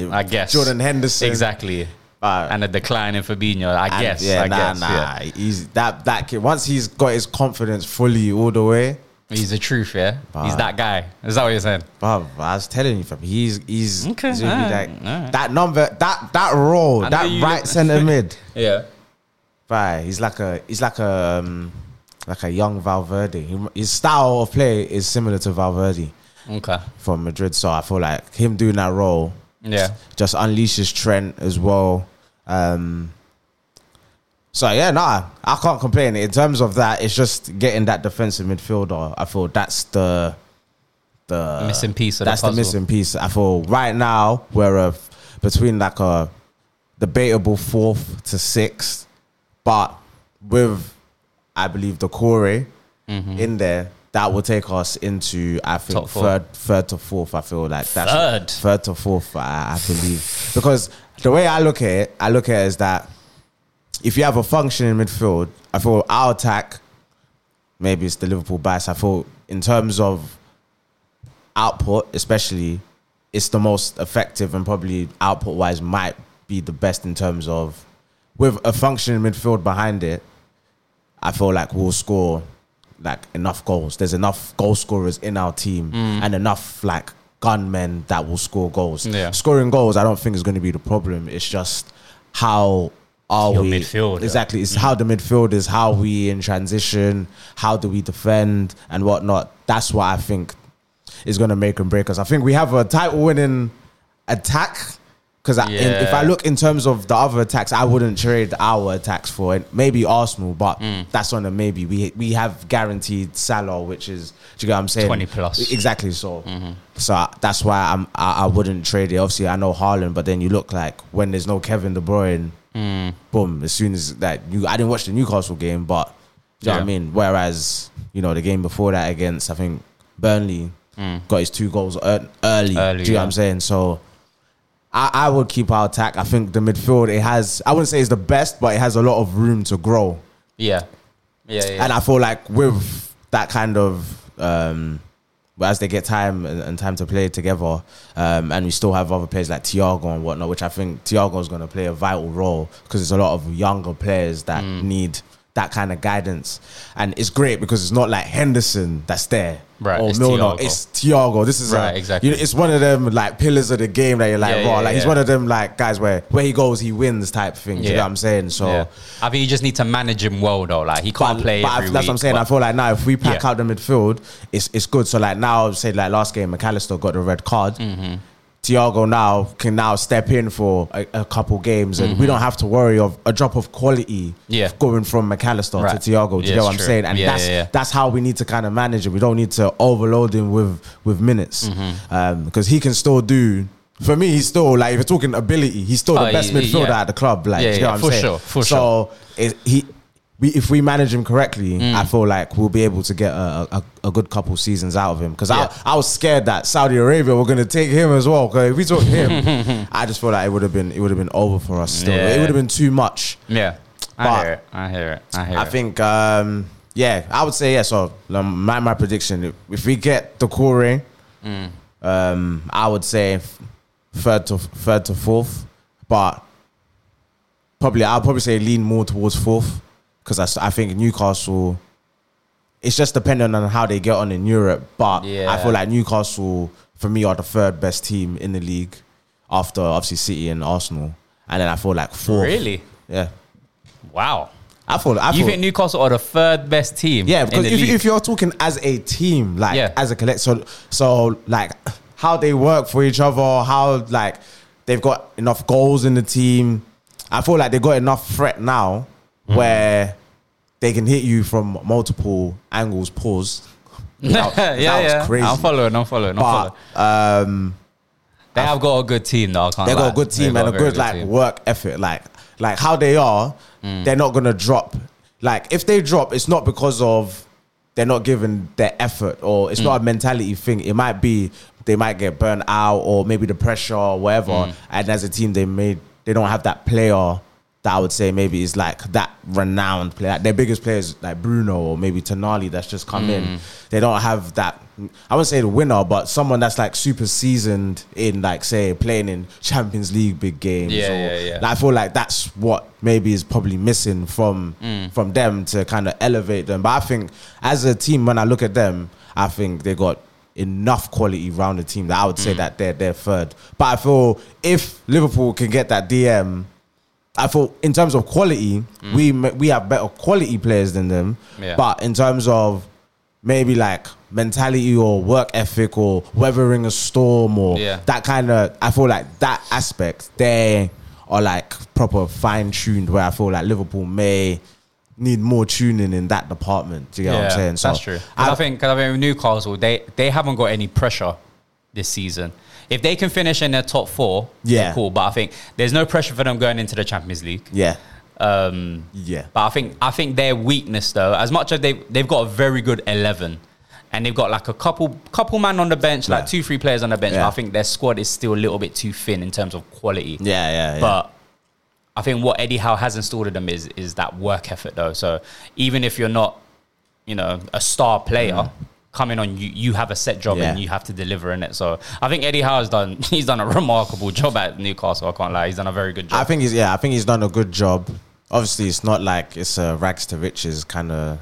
[SPEAKER 1] I guess
[SPEAKER 2] Jordan Henderson.
[SPEAKER 1] exactly,
[SPEAKER 2] But-
[SPEAKER 1] and a decline in Fabinho. I
[SPEAKER 2] and
[SPEAKER 1] guess.
[SPEAKER 2] Yeah,
[SPEAKER 1] I
[SPEAKER 2] nah,
[SPEAKER 1] guess.
[SPEAKER 2] nah.
[SPEAKER 1] yeah.
[SPEAKER 2] He's that that kid. Once he's got his confidence fully all the way,
[SPEAKER 1] He's the truth. Yeah, he's
[SPEAKER 2] But-
[SPEAKER 1] that guy. Is that what you're saying?
[SPEAKER 2] bruv, I was telling you, fam, he's he's,
[SPEAKER 1] Okay,
[SPEAKER 2] he's gonna be
[SPEAKER 1] alright,
[SPEAKER 2] like-
[SPEAKER 1] alright.
[SPEAKER 2] that number that that role
[SPEAKER 1] I know
[SPEAKER 2] that
[SPEAKER 1] you- [LAUGHS]
[SPEAKER 2] right centre mid.
[SPEAKER 1] Yeah.
[SPEAKER 2] Right, he's like a he's like a um, like a young Valverde. He- His style of play is similar to Valverde
[SPEAKER 1] Okay.
[SPEAKER 2] from Madrid. So I feel like him doing that role
[SPEAKER 1] Yeah.
[SPEAKER 2] just unleashes Trent as well. Um, so yeah, nah, I can't complain. In terms of that, it's just getting that defensive midfielder. I feel that's the the
[SPEAKER 1] Missing piece of the
[SPEAKER 2] Uh, That's the,
[SPEAKER 1] puzzle.
[SPEAKER 2] missing piece. I feel right now we're uh, between like a debatable fourth to sixth, but with I believe the Corey in there. That will take us into I think
[SPEAKER 1] Mm-hmm. Top four.
[SPEAKER 2] third, third to fourth. I feel like that's
[SPEAKER 1] Third?
[SPEAKER 2] third to fourth. I, I believe because the way I look at it, I look at it is that if you have a function in midfield, I feel our attack, maybe it's the Liverpool bias. I feel in terms of output, especially, it's the most effective and probably output wise might be the best in terms of with a functioning midfield behind it. I feel like we'll score like enough goals. There's enough goal scorers in our team and enough like gunmen that will score goals.
[SPEAKER 1] Yeah.
[SPEAKER 2] Scoring goals, I don't think is going to be the problem. It's just how are
[SPEAKER 1] Your
[SPEAKER 2] we
[SPEAKER 1] midfielder. Mm.
[SPEAKER 2] Exactly. It's how the midfield is, how we in transition, how do we defend and whatnot. That's what I think is going to make and break us. I think we have a title winning attack. Because
[SPEAKER 1] Yeah.
[SPEAKER 2] if I look in terms of the other attacks, I wouldn't trade our attacks for it. Maybe Arsenal, but
[SPEAKER 1] Mm.
[SPEAKER 2] that's on a maybe. We we have guaranteed Salah, which is do you get what I'm saying?
[SPEAKER 1] 20 plus.
[SPEAKER 2] exactly. So so I- that's why I'm I, I wouldn't trade it. Obviously, I know Haaland, but then you look like when there's no Kevin De Bruyne, boom. As soon as that you, I didn't watch the Newcastle game, but do you know what I
[SPEAKER 1] Yeah.
[SPEAKER 2] mean. Whereas you know the game before that against I think Burnley got his two goals ear-
[SPEAKER 1] Early,
[SPEAKER 2] early. do you know what
[SPEAKER 1] yeah.
[SPEAKER 2] I'm saying? So. I, I would keep our attack. I think the midfield it has. I wouldn't say it's the best, but it has a lot of room to grow.
[SPEAKER 1] Yeah. Yeah. yeah.
[SPEAKER 2] And I feel like with that kind of, um, as they get time and, and time to play together, um, and we still have other players like Thiago and whatnot, which I think Thiago is going to play a vital role because there's a lot of younger players that
[SPEAKER 1] Mm.
[SPEAKER 2] need that kind of guidance. And it's great because it's not like Henderson that's there.
[SPEAKER 1] Right,
[SPEAKER 2] or
[SPEAKER 1] it's
[SPEAKER 2] Milner,
[SPEAKER 1] Thiago.
[SPEAKER 2] it's Thiago. This is a-
[SPEAKER 1] Right, exactly.
[SPEAKER 2] you know, it's one of them like pillars of the game that you're like,
[SPEAKER 1] Yeah,
[SPEAKER 2] raw.
[SPEAKER 1] yeah,
[SPEAKER 2] like he's
[SPEAKER 1] yeah.
[SPEAKER 2] one of them like guys where where he goes, he wins type thing. Do you
[SPEAKER 1] Yeah.
[SPEAKER 2] know what I'm saying? So
[SPEAKER 1] Yeah. I think you just need to manage him well, though. Like he can't play.
[SPEAKER 2] I-
[SPEAKER 1] every
[SPEAKER 2] that's what I'm
[SPEAKER 1] week,
[SPEAKER 2] saying.
[SPEAKER 1] but-
[SPEAKER 2] I feel like now if we pack
[SPEAKER 1] Yeah.
[SPEAKER 2] out the midfield, it's it's good. So like now, say like last game, McAllister got the red card.
[SPEAKER 1] Mm-hmm.
[SPEAKER 2] Thiago now can now step in for a, a couple games, and we don't have to worry of a drop of quality
[SPEAKER 1] Mm-hmm. Yeah.
[SPEAKER 2] going from McAllister
[SPEAKER 1] Right.
[SPEAKER 2] to Thiago. Do you
[SPEAKER 1] Yeah,
[SPEAKER 2] know
[SPEAKER 1] it's
[SPEAKER 2] what I'm
[SPEAKER 1] true.
[SPEAKER 2] saying? And
[SPEAKER 1] Yeah,
[SPEAKER 2] that's
[SPEAKER 1] yeah, yeah.
[SPEAKER 2] that's how we need to kind of manage it. We don't need to overload him with with minutes because
[SPEAKER 1] Mm-hmm.
[SPEAKER 2] he can still do. For me, he's still like if you're talking ability, he's still the
[SPEAKER 1] Oh,
[SPEAKER 2] best
[SPEAKER 1] he- he-
[SPEAKER 2] midfielder
[SPEAKER 1] yeah.
[SPEAKER 2] at the club. Like,
[SPEAKER 1] Yeah,
[SPEAKER 2] do
[SPEAKER 1] yeah,
[SPEAKER 2] you know what I'm
[SPEAKER 1] for
[SPEAKER 2] saying?
[SPEAKER 1] sure, for
[SPEAKER 2] so
[SPEAKER 1] sure.
[SPEAKER 2] it, he we, if we manage him correctly,
[SPEAKER 1] Mm.
[SPEAKER 2] I feel like we'll be able to get a, a, a good couple seasons out of him. Because
[SPEAKER 1] Yeah.
[SPEAKER 2] I, I was scared that Saudi Arabia were going to take him as well. Because if we took
[SPEAKER 1] [LAUGHS]
[SPEAKER 2] him, I just feel like it would have been it would have been over for us. Still,
[SPEAKER 1] Yeah.
[SPEAKER 2] it would have been too much.
[SPEAKER 1] Yeah.
[SPEAKER 2] But-
[SPEAKER 1] I hear it. I hear it. I hear
[SPEAKER 2] I
[SPEAKER 1] it.
[SPEAKER 2] think, um, yeah, I would say yeah. So um, my my prediction: if we get the core ring,
[SPEAKER 1] Mm.
[SPEAKER 2] um, I would say f- third to third to fourth, but probably I'll probably say lean more towards fourth because I, s- I think Newcastle. It's just dependent on how they get on in Europe, but I
[SPEAKER 1] Yeah.
[SPEAKER 2] feel like Newcastle for me are the third best team in the league after obviously City and Arsenal, and then I feel like fourth.
[SPEAKER 1] Really?
[SPEAKER 2] Yeah,
[SPEAKER 1] Wow.
[SPEAKER 2] I feel. I
[SPEAKER 1] You
[SPEAKER 2] feel,
[SPEAKER 1] think Newcastle are the third best team?
[SPEAKER 2] yeah,
[SPEAKER 1] in
[SPEAKER 2] because
[SPEAKER 1] the
[SPEAKER 2] if,
[SPEAKER 1] league?
[SPEAKER 2] if you're talking as a team, like
[SPEAKER 1] Yeah.
[SPEAKER 2] as a collect, so so like how they work for each other, how like they've got enough goals in the team. I feel like they got enough threat now
[SPEAKER 1] Mm.
[SPEAKER 2] where they can hit you from multiple angles.
[SPEAKER 1] [LAUGHS]
[SPEAKER 2] Pause. That-
[SPEAKER 1] [LAUGHS] yeah,
[SPEAKER 2] that was
[SPEAKER 1] yeah.
[SPEAKER 2] crazy.
[SPEAKER 1] I'm following. I'm following. I'm
[SPEAKER 2] But
[SPEAKER 1] following.
[SPEAKER 2] um,
[SPEAKER 1] They have got a good team, though. I can't
[SPEAKER 2] they
[SPEAKER 1] lie.
[SPEAKER 2] got a good team
[SPEAKER 1] They
[SPEAKER 2] and
[SPEAKER 1] got
[SPEAKER 2] a
[SPEAKER 1] very
[SPEAKER 2] good like
[SPEAKER 1] team.
[SPEAKER 2] work effort. Like like how they are, they're not gonna drop. Like if they drop, it's not because of they're not giving their effort or it's not a mentality thing. It might be they might get burnt out or maybe the pressure or whatever. And as a team, they made they don't have that player that I would say maybe is like that renowned player. Their biggest players like Bruno or maybe Tonali that's just come in. They don't have that. I wouldn't say the winner, but someone that's like super seasoned in like say playing in Champions League big games.
[SPEAKER 1] Yeah,
[SPEAKER 2] or,
[SPEAKER 1] yeah, yeah.
[SPEAKER 2] like, I feel like that's what maybe is probably missing from
[SPEAKER 1] Mm.
[SPEAKER 2] from them to kind of elevate them. But I think as a team, when I look at them, I think they got enough quality round the team that I would
[SPEAKER 1] Mm.
[SPEAKER 2] say that they're they're third. But I feel if Liverpool can get that DM, I feel in terms of quality, we we we have better quality players than them.
[SPEAKER 1] Mm. Yeah.
[SPEAKER 2] But in terms of maybe like mentality or work ethic or weathering a storm or
[SPEAKER 1] Yeah.
[SPEAKER 2] that kind of I feel like that aspect they are like proper fine tuned where I feel like Liverpool may need more tuning in that department. Do you get what I'm saying?
[SPEAKER 1] that's true. 'Cause
[SPEAKER 2] I,
[SPEAKER 1] I, think because I think with Newcastle, they they haven't got any pressure this season. If they can finish in their top four,
[SPEAKER 2] Yeah.
[SPEAKER 1] cool. But I think there's no pressure for them going into the Champions League.
[SPEAKER 2] yeah,
[SPEAKER 1] Um,
[SPEAKER 2] yeah,
[SPEAKER 1] But I think I think their weakness though, as much as they they've got a very good eleven, and they've got like a couple couple man on the bench,
[SPEAKER 2] Yeah.
[SPEAKER 1] like two three players on the bench.
[SPEAKER 2] Yeah.
[SPEAKER 1] But I think their squad is still a little bit too thin in terms of quality.
[SPEAKER 2] yeah, yeah, yeah.
[SPEAKER 1] But I think what Eddie Howe has installed in them is is that work effort though. So even if you're not, you know, a star player. Coming on, you you have a set job and
[SPEAKER 2] Yeah.
[SPEAKER 1] you have to deliver in it. So I think Eddie Howe has done [LAUGHS] he's done a remarkable job at Newcastle. I can't lie, he's done a very good job.
[SPEAKER 2] I think he's yeah, I think he's done a good job. Obviously, it's not like it's a rags to riches kind of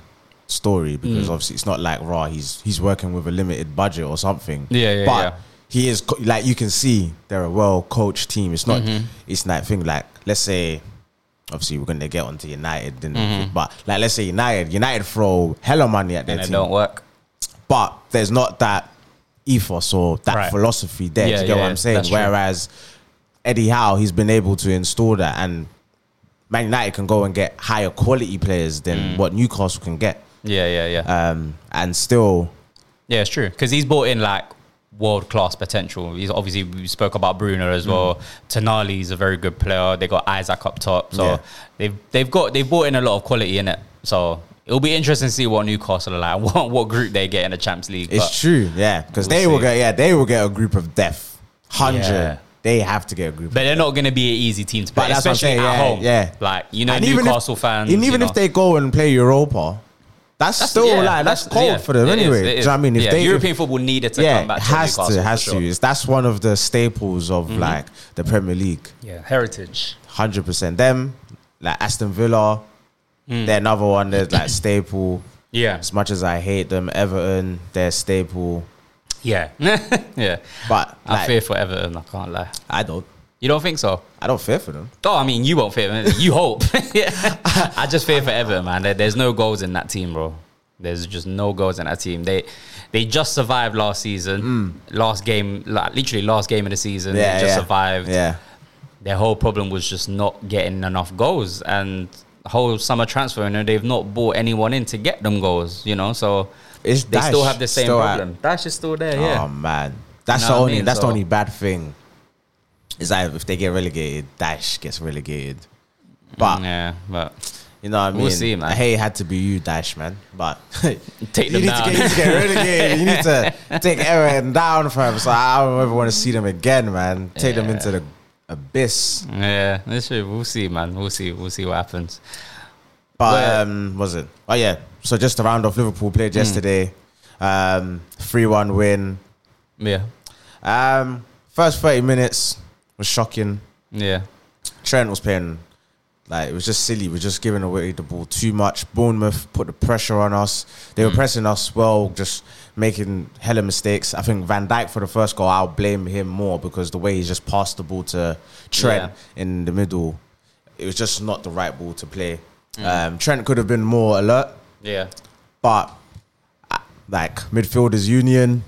[SPEAKER 2] story because
[SPEAKER 1] Mm.
[SPEAKER 2] obviously it's not like raw. He's he's working with a limited budget or something.
[SPEAKER 1] Yeah, yeah,
[SPEAKER 2] but
[SPEAKER 1] yeah.
[SPEAKER 2] he is co-
[SPEAKER 1] Mm-hmm.
[SPEAKER 2] like you can see they're a well coached team. It's not it's that thing like let's say obviously we're going to get onto United, and but like let's say United, United throw hella money at their
[SPEAKER 1] Mm-hmm. and it
[SPEAKER 2] team,
[SPEAKER 1] don't work.
[SPEAKER 2] but there's not that ethos or that
[SPEAKER 1] Right.
[SPEAKER 2] philosophy there.
[SPEAKER 1] Yeah,
[SPEAKER 2] do you get
[SPEAKER 1] yeah,
[SPEAKER 2] what I'm saying?
[SPEAKER 1] that's true.
[SPEAKER 2] Whereas Eddie Howe, he's been able to install that, and Man United can go and get higher quality players than
[SPEAKER 1] Mm.
[SPEAKER 2] what Newcastle can get,
[SPEAKER 1] Yeah, yeah, yeah.
[SPEAKER 2] um, and still
[SPEAKER 1] yeah, it's true. Because he's brought in like world class potential. He's obviously we spoke about Bruno
[SPEAKER 2] Mm.
[SPEAKER 1] as well. Tonali's a very good player. They got Isaac up top, so
[SPEAKER 2] Yeah.
[SPEAKER 1] they've they've got they've brought in a lot of quality in it. So it'll be interesting to see what Newcastle are like, [LAUGHS] what what group they get in the Champions League.
[SPEAKER 2] It's
[SPEAKER 1] but-
[SPEAKER 2] true, yeah, because
[SPEAKER 1] We'll
[SPEAKER 2] they will
[SPEAKER 1] see.
[SPEAKER 2] get yeah they will get a group of death hundred.
[SPEAKER 1] Yeah.
[SPEAKER 2] They have to get a group.
[SPEAKER 1] But they're not going to be an easy team to play,
[SPEAKER 2] But that's what I'm
[SPEAKER 1] especially
[SPEAKER 2] saying,
[SPEAKER 1] at
[SPEAKER 2] yeah,
[SPEAKER 1] home.
[SPEAKER 2] yeah.
[SPEAKER 1] like you know,
[SPEAKER 2] And even if-
[SPEAKER 1] Newcastle fans.
[SPEAKER 2] and
[SPEAKER 1] you
[SPEAKER 2] even
[SPEAKER 1] know.
[SPEAKER 2] if they go and play Europa, that's, still
[SPEAKER 1] yeah,
[SPEAKER 2] like that's, cold
[SPEAKER 1] yeah,
[SPEAKER 2] for them
[SPEAKER 1] it is,
[SPEAKER 2] anyway.
[SPEAKER 1] it
[SPEAKER 2] do you
[SPEAKER 1] is.
[SPEAKER 2] know what I mean? If
[SPEAKER 1] Yeah,
[SPEAKER 2] they
[SPEAKER 1] European football needed to
[SPEAKER 2] yeah,
[SPEAKER 1] come back,
[SPEAKER 2] it
[SPEAKER 1] to
[SPEAKER 2] has
[SPEAKER 1] Newcastle
[SPEAKER 2] to
[SPEAKER 1] for
[SPEAKER 2] has
[SPEAKER 1] sure. Mm-hmm.
[SPEAKER 2] to. It's, that's one of the staples of like the Premier League.
[SPEAKER 1] Yeah, heritage.
[SPEAKER 2] Hundred percent them, like Aston Villa. They're another one
[SPEAKER 1] [COUGHS]
[SPEAKER 2] that's like staple.
[SPEAKER 1] Mm. Yeah,
[SPEAKER 2] As much as I hate them, Everton, they're staple.
[SPEAKER 1] [LAUGHS] yeah, yeah.
[SPEAKER 2] But
[SPEAKER 1] I
[SPEAKER 2] like,
[SPEAKER 1] fear for Everton. I can't lie.
[SPEAKER 2] I don't,
[SPEAKER 1] You don't think so?
[SPEAKER 2] I don't fear for them.
[SPEAKER 1] Oh, I mean, you won't fear. man. You hope. [LAUGHS] I just fear for Everton, man. There- There's no goals in that team, bro. There's just no goals in that team. They they just survived last season, last game, like, literally last game of the season.
[SPEAKER 2] Mm. Yeah,
[SPEAKER 1] they just
[SPEAKER 2] yeah.
[SPEAKER 1] survived.
[SPEAKER 2] Yeah.
[SPEAKER 1] their whole problem was just not getting enough goals and whole summer transfer and they've not bought anyone in to get them goals you know so
[SPEAKER 2] It's
[SPEAKER 1] they
[SPEAKER 2] Dash
[SPEAKER 1] still have the same
[SPEAKER 2] still at-
[SPEAKER 1] problem Dash is still there
[SPEAKER 2] Oh
[SPEAKER 1] yeah
[SPEAKER 2] man, that's
[SPEAKER 1] Know
[SPEAKER 2] the
[SPEAKER 1] what I
[SPEAKER 2] only
[SPEAKER 1] mean?
[SPEAKER 2] that's
[SPEAKER 1] So-
[SPEAKER 2] the only bad thing. Is that if they get relegated, Dash gets relegated. But
[SPEAKER 1] yeah but
[SPEAKER 2] you know what I mean.
[SPEAKER 1] We'll see, man.
[SPEAKER 2] Hey, it had to be you, Dash, man. But
[SPEAKER 1] [LAUGHS] Take
[SPEAKER 2] you
[SPEAKER 1] them
[SPEAKER 2] need
[SPEAKER 1] down.
[SPEAKER 2] To get, you need to get relegated. you need
[SPEAKER 1] [LAUGHS]
[SPEAKER 2] to take everything down from. So I don't ever want to see them again, man. Take them
[SPEAKER 1] Yeah.
[SPEAKER 2] into the abyss.
[SPEAKER 1] yeah this year we'll see man we'll see we'll see what happens
[SPEAKER 2] But
[SPEAKER 1] Where-
[SPEAKER 2] um, was it? Oh yeah. So just to round off, Liverpool
[SPEAKER 1] Hmm.
[SPEAKER 2] played yesterday. Um, three-one win.
[SPEAKER 1] yeah
[SPEAKER 2] Um, first thirty minutes was shocking.
[SPEAKER 1] yeah
[SPEAKER 2] Trent was playing like it was just silly. We are just giving away the ball too much. Bournemouth put the pressure on us. They were pressing us well, just making hella mistakes. I think Van Dijk for the first goal, I'll blame him more because the way he just passed the ball to Trent in the middle, it was just not the right ball to play. Um, Trent could have been more alert,
[SPEAKER 1] yeah
[SPEAKER 2] but uh, like midfielders union,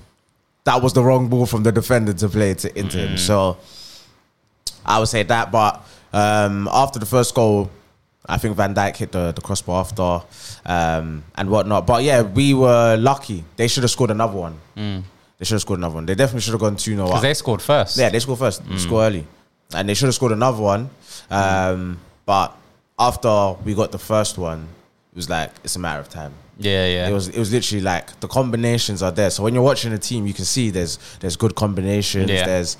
[SPEAKER 2] that was the wrong ball from the defender to play to into him. So I would say that. But um, after the first goal, I think Van Dijk hit the, the crossbar after um, and whatnot. But yeah, we were lucky. They should have scored another one. They should have scored another one. They definitely should have gone 2 0
[SPEAKER 1] because
[SPEAKER 2] up.
[SPEAKER 1] they scored first
[SPEAKER 2] Yeah, they scored first, score early, and they should have scored another one. Um, but after we got the first one, it was like it's a matter of time.
[SPEAKER 1] yeah yeah
[SPEAKER 2] It was it was literally like the combinations are there. So when you're watching a team, you can see there's there's good combinations,
[SPEAKER 1] Yeah.
[SPEAKER 2] there's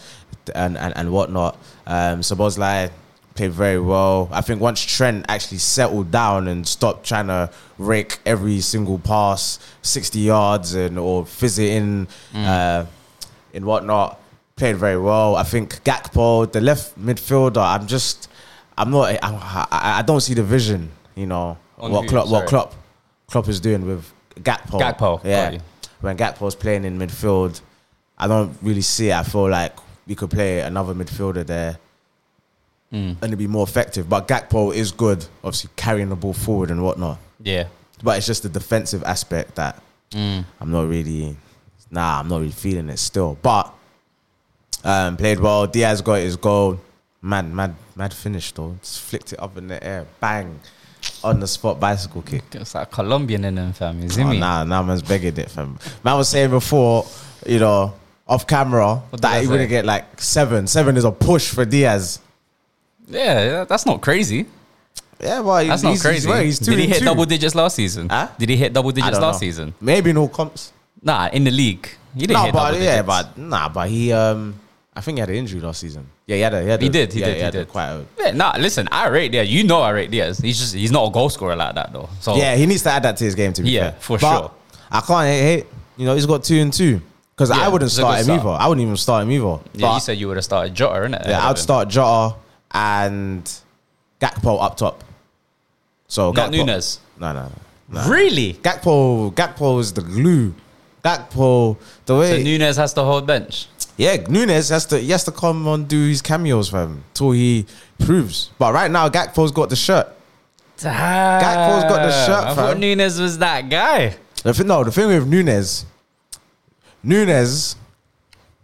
[SPEAKER 2] and, and and whatnot. Um, so Bosley played very well. I think once Trent actually settled down and stopped trying to rake every single pass, sixty yards and or fizz it in,
[SPEAKER 1] Mm.
[SPEAKER 2] uh, and whatnot, played very well. I think Gakpo, the left midfielder, I'm just I'm not I, I, I don't see the vision. You know
[SPEAKER 1] On
[SPEAKER 2] what
[SPEAKER 1] who?
[SPEAKER 2] Klopp, what
[SPEAKER 1] Sorry.
[SPEAKER 2] Klopp. Klopp Klopp is doing with Gakpo.
[SPEAKER 1] Gakpo, got
[SPEAKER 2] yeah.
[SPEAKER 1] you.
[SPEAKER 2] When Gakpo's playing in midfield, I don't really see it. I feel like we could play another midfielder there,
[SPEAKER 1] Hmm.
[SPEAKER 2] and it'd be more effective. But Gakpo is good, obviously carrying the ball forward and whatnot.
[SPEAKER 1] yeah
[SPEAKER 2] But it's just the defensive aspect that
[SPEAKER 1] Mm.
[SPEAKER 2] I'm not really, nah, I'm not really feeling it still. But um, played well. Diaz got his goal. Man, mad, mad finish though. Just flicked it up in the air, bang, on the spot bicycle kick.
[SPEAKER 1] it's like Colombian in them fam you see
[SPEAKER 2] Oh,
[SPEAKER 1] me
[SPEAKER 2] nah, nah, man's begging it, fam. Man was saying before, you know, off camera
[SPEAKER 1] What did I
[SPEAKER 2] that he
[SPEAKER 1] say?
[SPEAKER 2] wouldn't get like seven. Seven is a push for Diaz.
[SPEAKER 1] yeah yeah, that's not crazy
[SPEAKER 2] Yeah, well,
[SPEAKER 1] that's
[SPEAKER 2] he's,
[SPEAKER 1] not
[SPEAKER 2] he's-
[SPEAKER 1] crazy
[SPEAKER 2] He's, well, he's two
[SPEAKER 1] did he
[SPEAKER 2] and
[SPEAKER 1] hit
[SPEAKER 2] two.
[SPEAKER 1] double digits last season
[SPEAKER 2] Huh?
[SPEAKER 1] did he hit double
[SPEAKER 2] I
[SPEAKER 1] digits
[SPEAKER 2] don't
[SPEAKER 1] last
[SPEAKER 2] know.
[SPEAKER 1] season
[SPEAKER 2] Maybe in all comps.
[SPEAKER 1] Nah, in the league. He didn't
[SPEAKER 2] No,
[SPEAKER 1] hit
[SPEAKER 2] but
[SPEAKER 1] double
[SPEAKER 2] yeah,
[SPEAKER 1] digits.
[SPEAKER 2] but nah, but he um, I think he had an injury last season. Yeah, he had a. He, had
[SPEAKER 1] He
[SPEAKER 2] a-
[SPEAKER 1] did, he
[SPEAKER 2] yeah,
[SPEAKER 1] did, he
[SPEAKER 2] had a
[SPEAKER 1] did.
[SPEAKER 2] Quite. A,
[SPEAKER 1] Yeah, nah, listen, I rate Diaz. You know I rate Diaz. He's just he's not a goal scorer like that though. So
[SPEAKER 2] Yeah, he needs to add that to his game. To be
[SPEAKER 1] Oh. Yeah,
[SPEAKER 2] fair.
[SPEAKER 1] for
[SPEAKER 2] But
[SPEAKER 1] sure.
[SPEAKER 2] I can't hate. hate you know, he's got two and two. Because
[SPEAKER 1] Yeah,
[SPEAKER 2] I wouldn't
[SPEAKER 1] it's a
[SPEAKER 2] start
[SPEAKER 1] good
[SPEAKER 2] him
[SPEAKER 1] start.
[SPEAKER 2] either. I wouldn't even start him either.
[SPEAKER 1] Yeah,
[SPEAKER 2] But-
[SPEAKER 1] you said you would have started Jota, innit?
[SPEAKER 2] Yeah,
[SPEAKER 1] Ahead
[SPEAKER 2] I'd
[SPEAKER 1] of him.
[SPEAKER 2] start Jota and Gakpo up top. So
[SPEAKER 1] Not
[SPEAKER 2] Gakpo-
[SPEAKER 1] Nunes.
[SPEAKER 2] No, no, no.
[SPEAKER 1] Really?
[SPEAKER 2] Gakpo, Gakpo is the glue. Gakpo, the
[SPEAKER 1] So
[SPEAKER 2] way
[SPEAKER 1] Nunes has to hold bench.
[SPEAKER 2] Yeah, Nunes has to he has to come on do his cameos for him till he proves. But right now, Gakpo's got the shirt.
[SPEAKER 1] Damn.
[SPEAKER 2] Gakpo's got the shirt,
[SPEAKER 1] I thought
[SPEAKER 2] fam.
[SPEAKER 1] Nunes was that guy.
[SPEAKER 2] The thing, no, the thing with Nunes, Nunes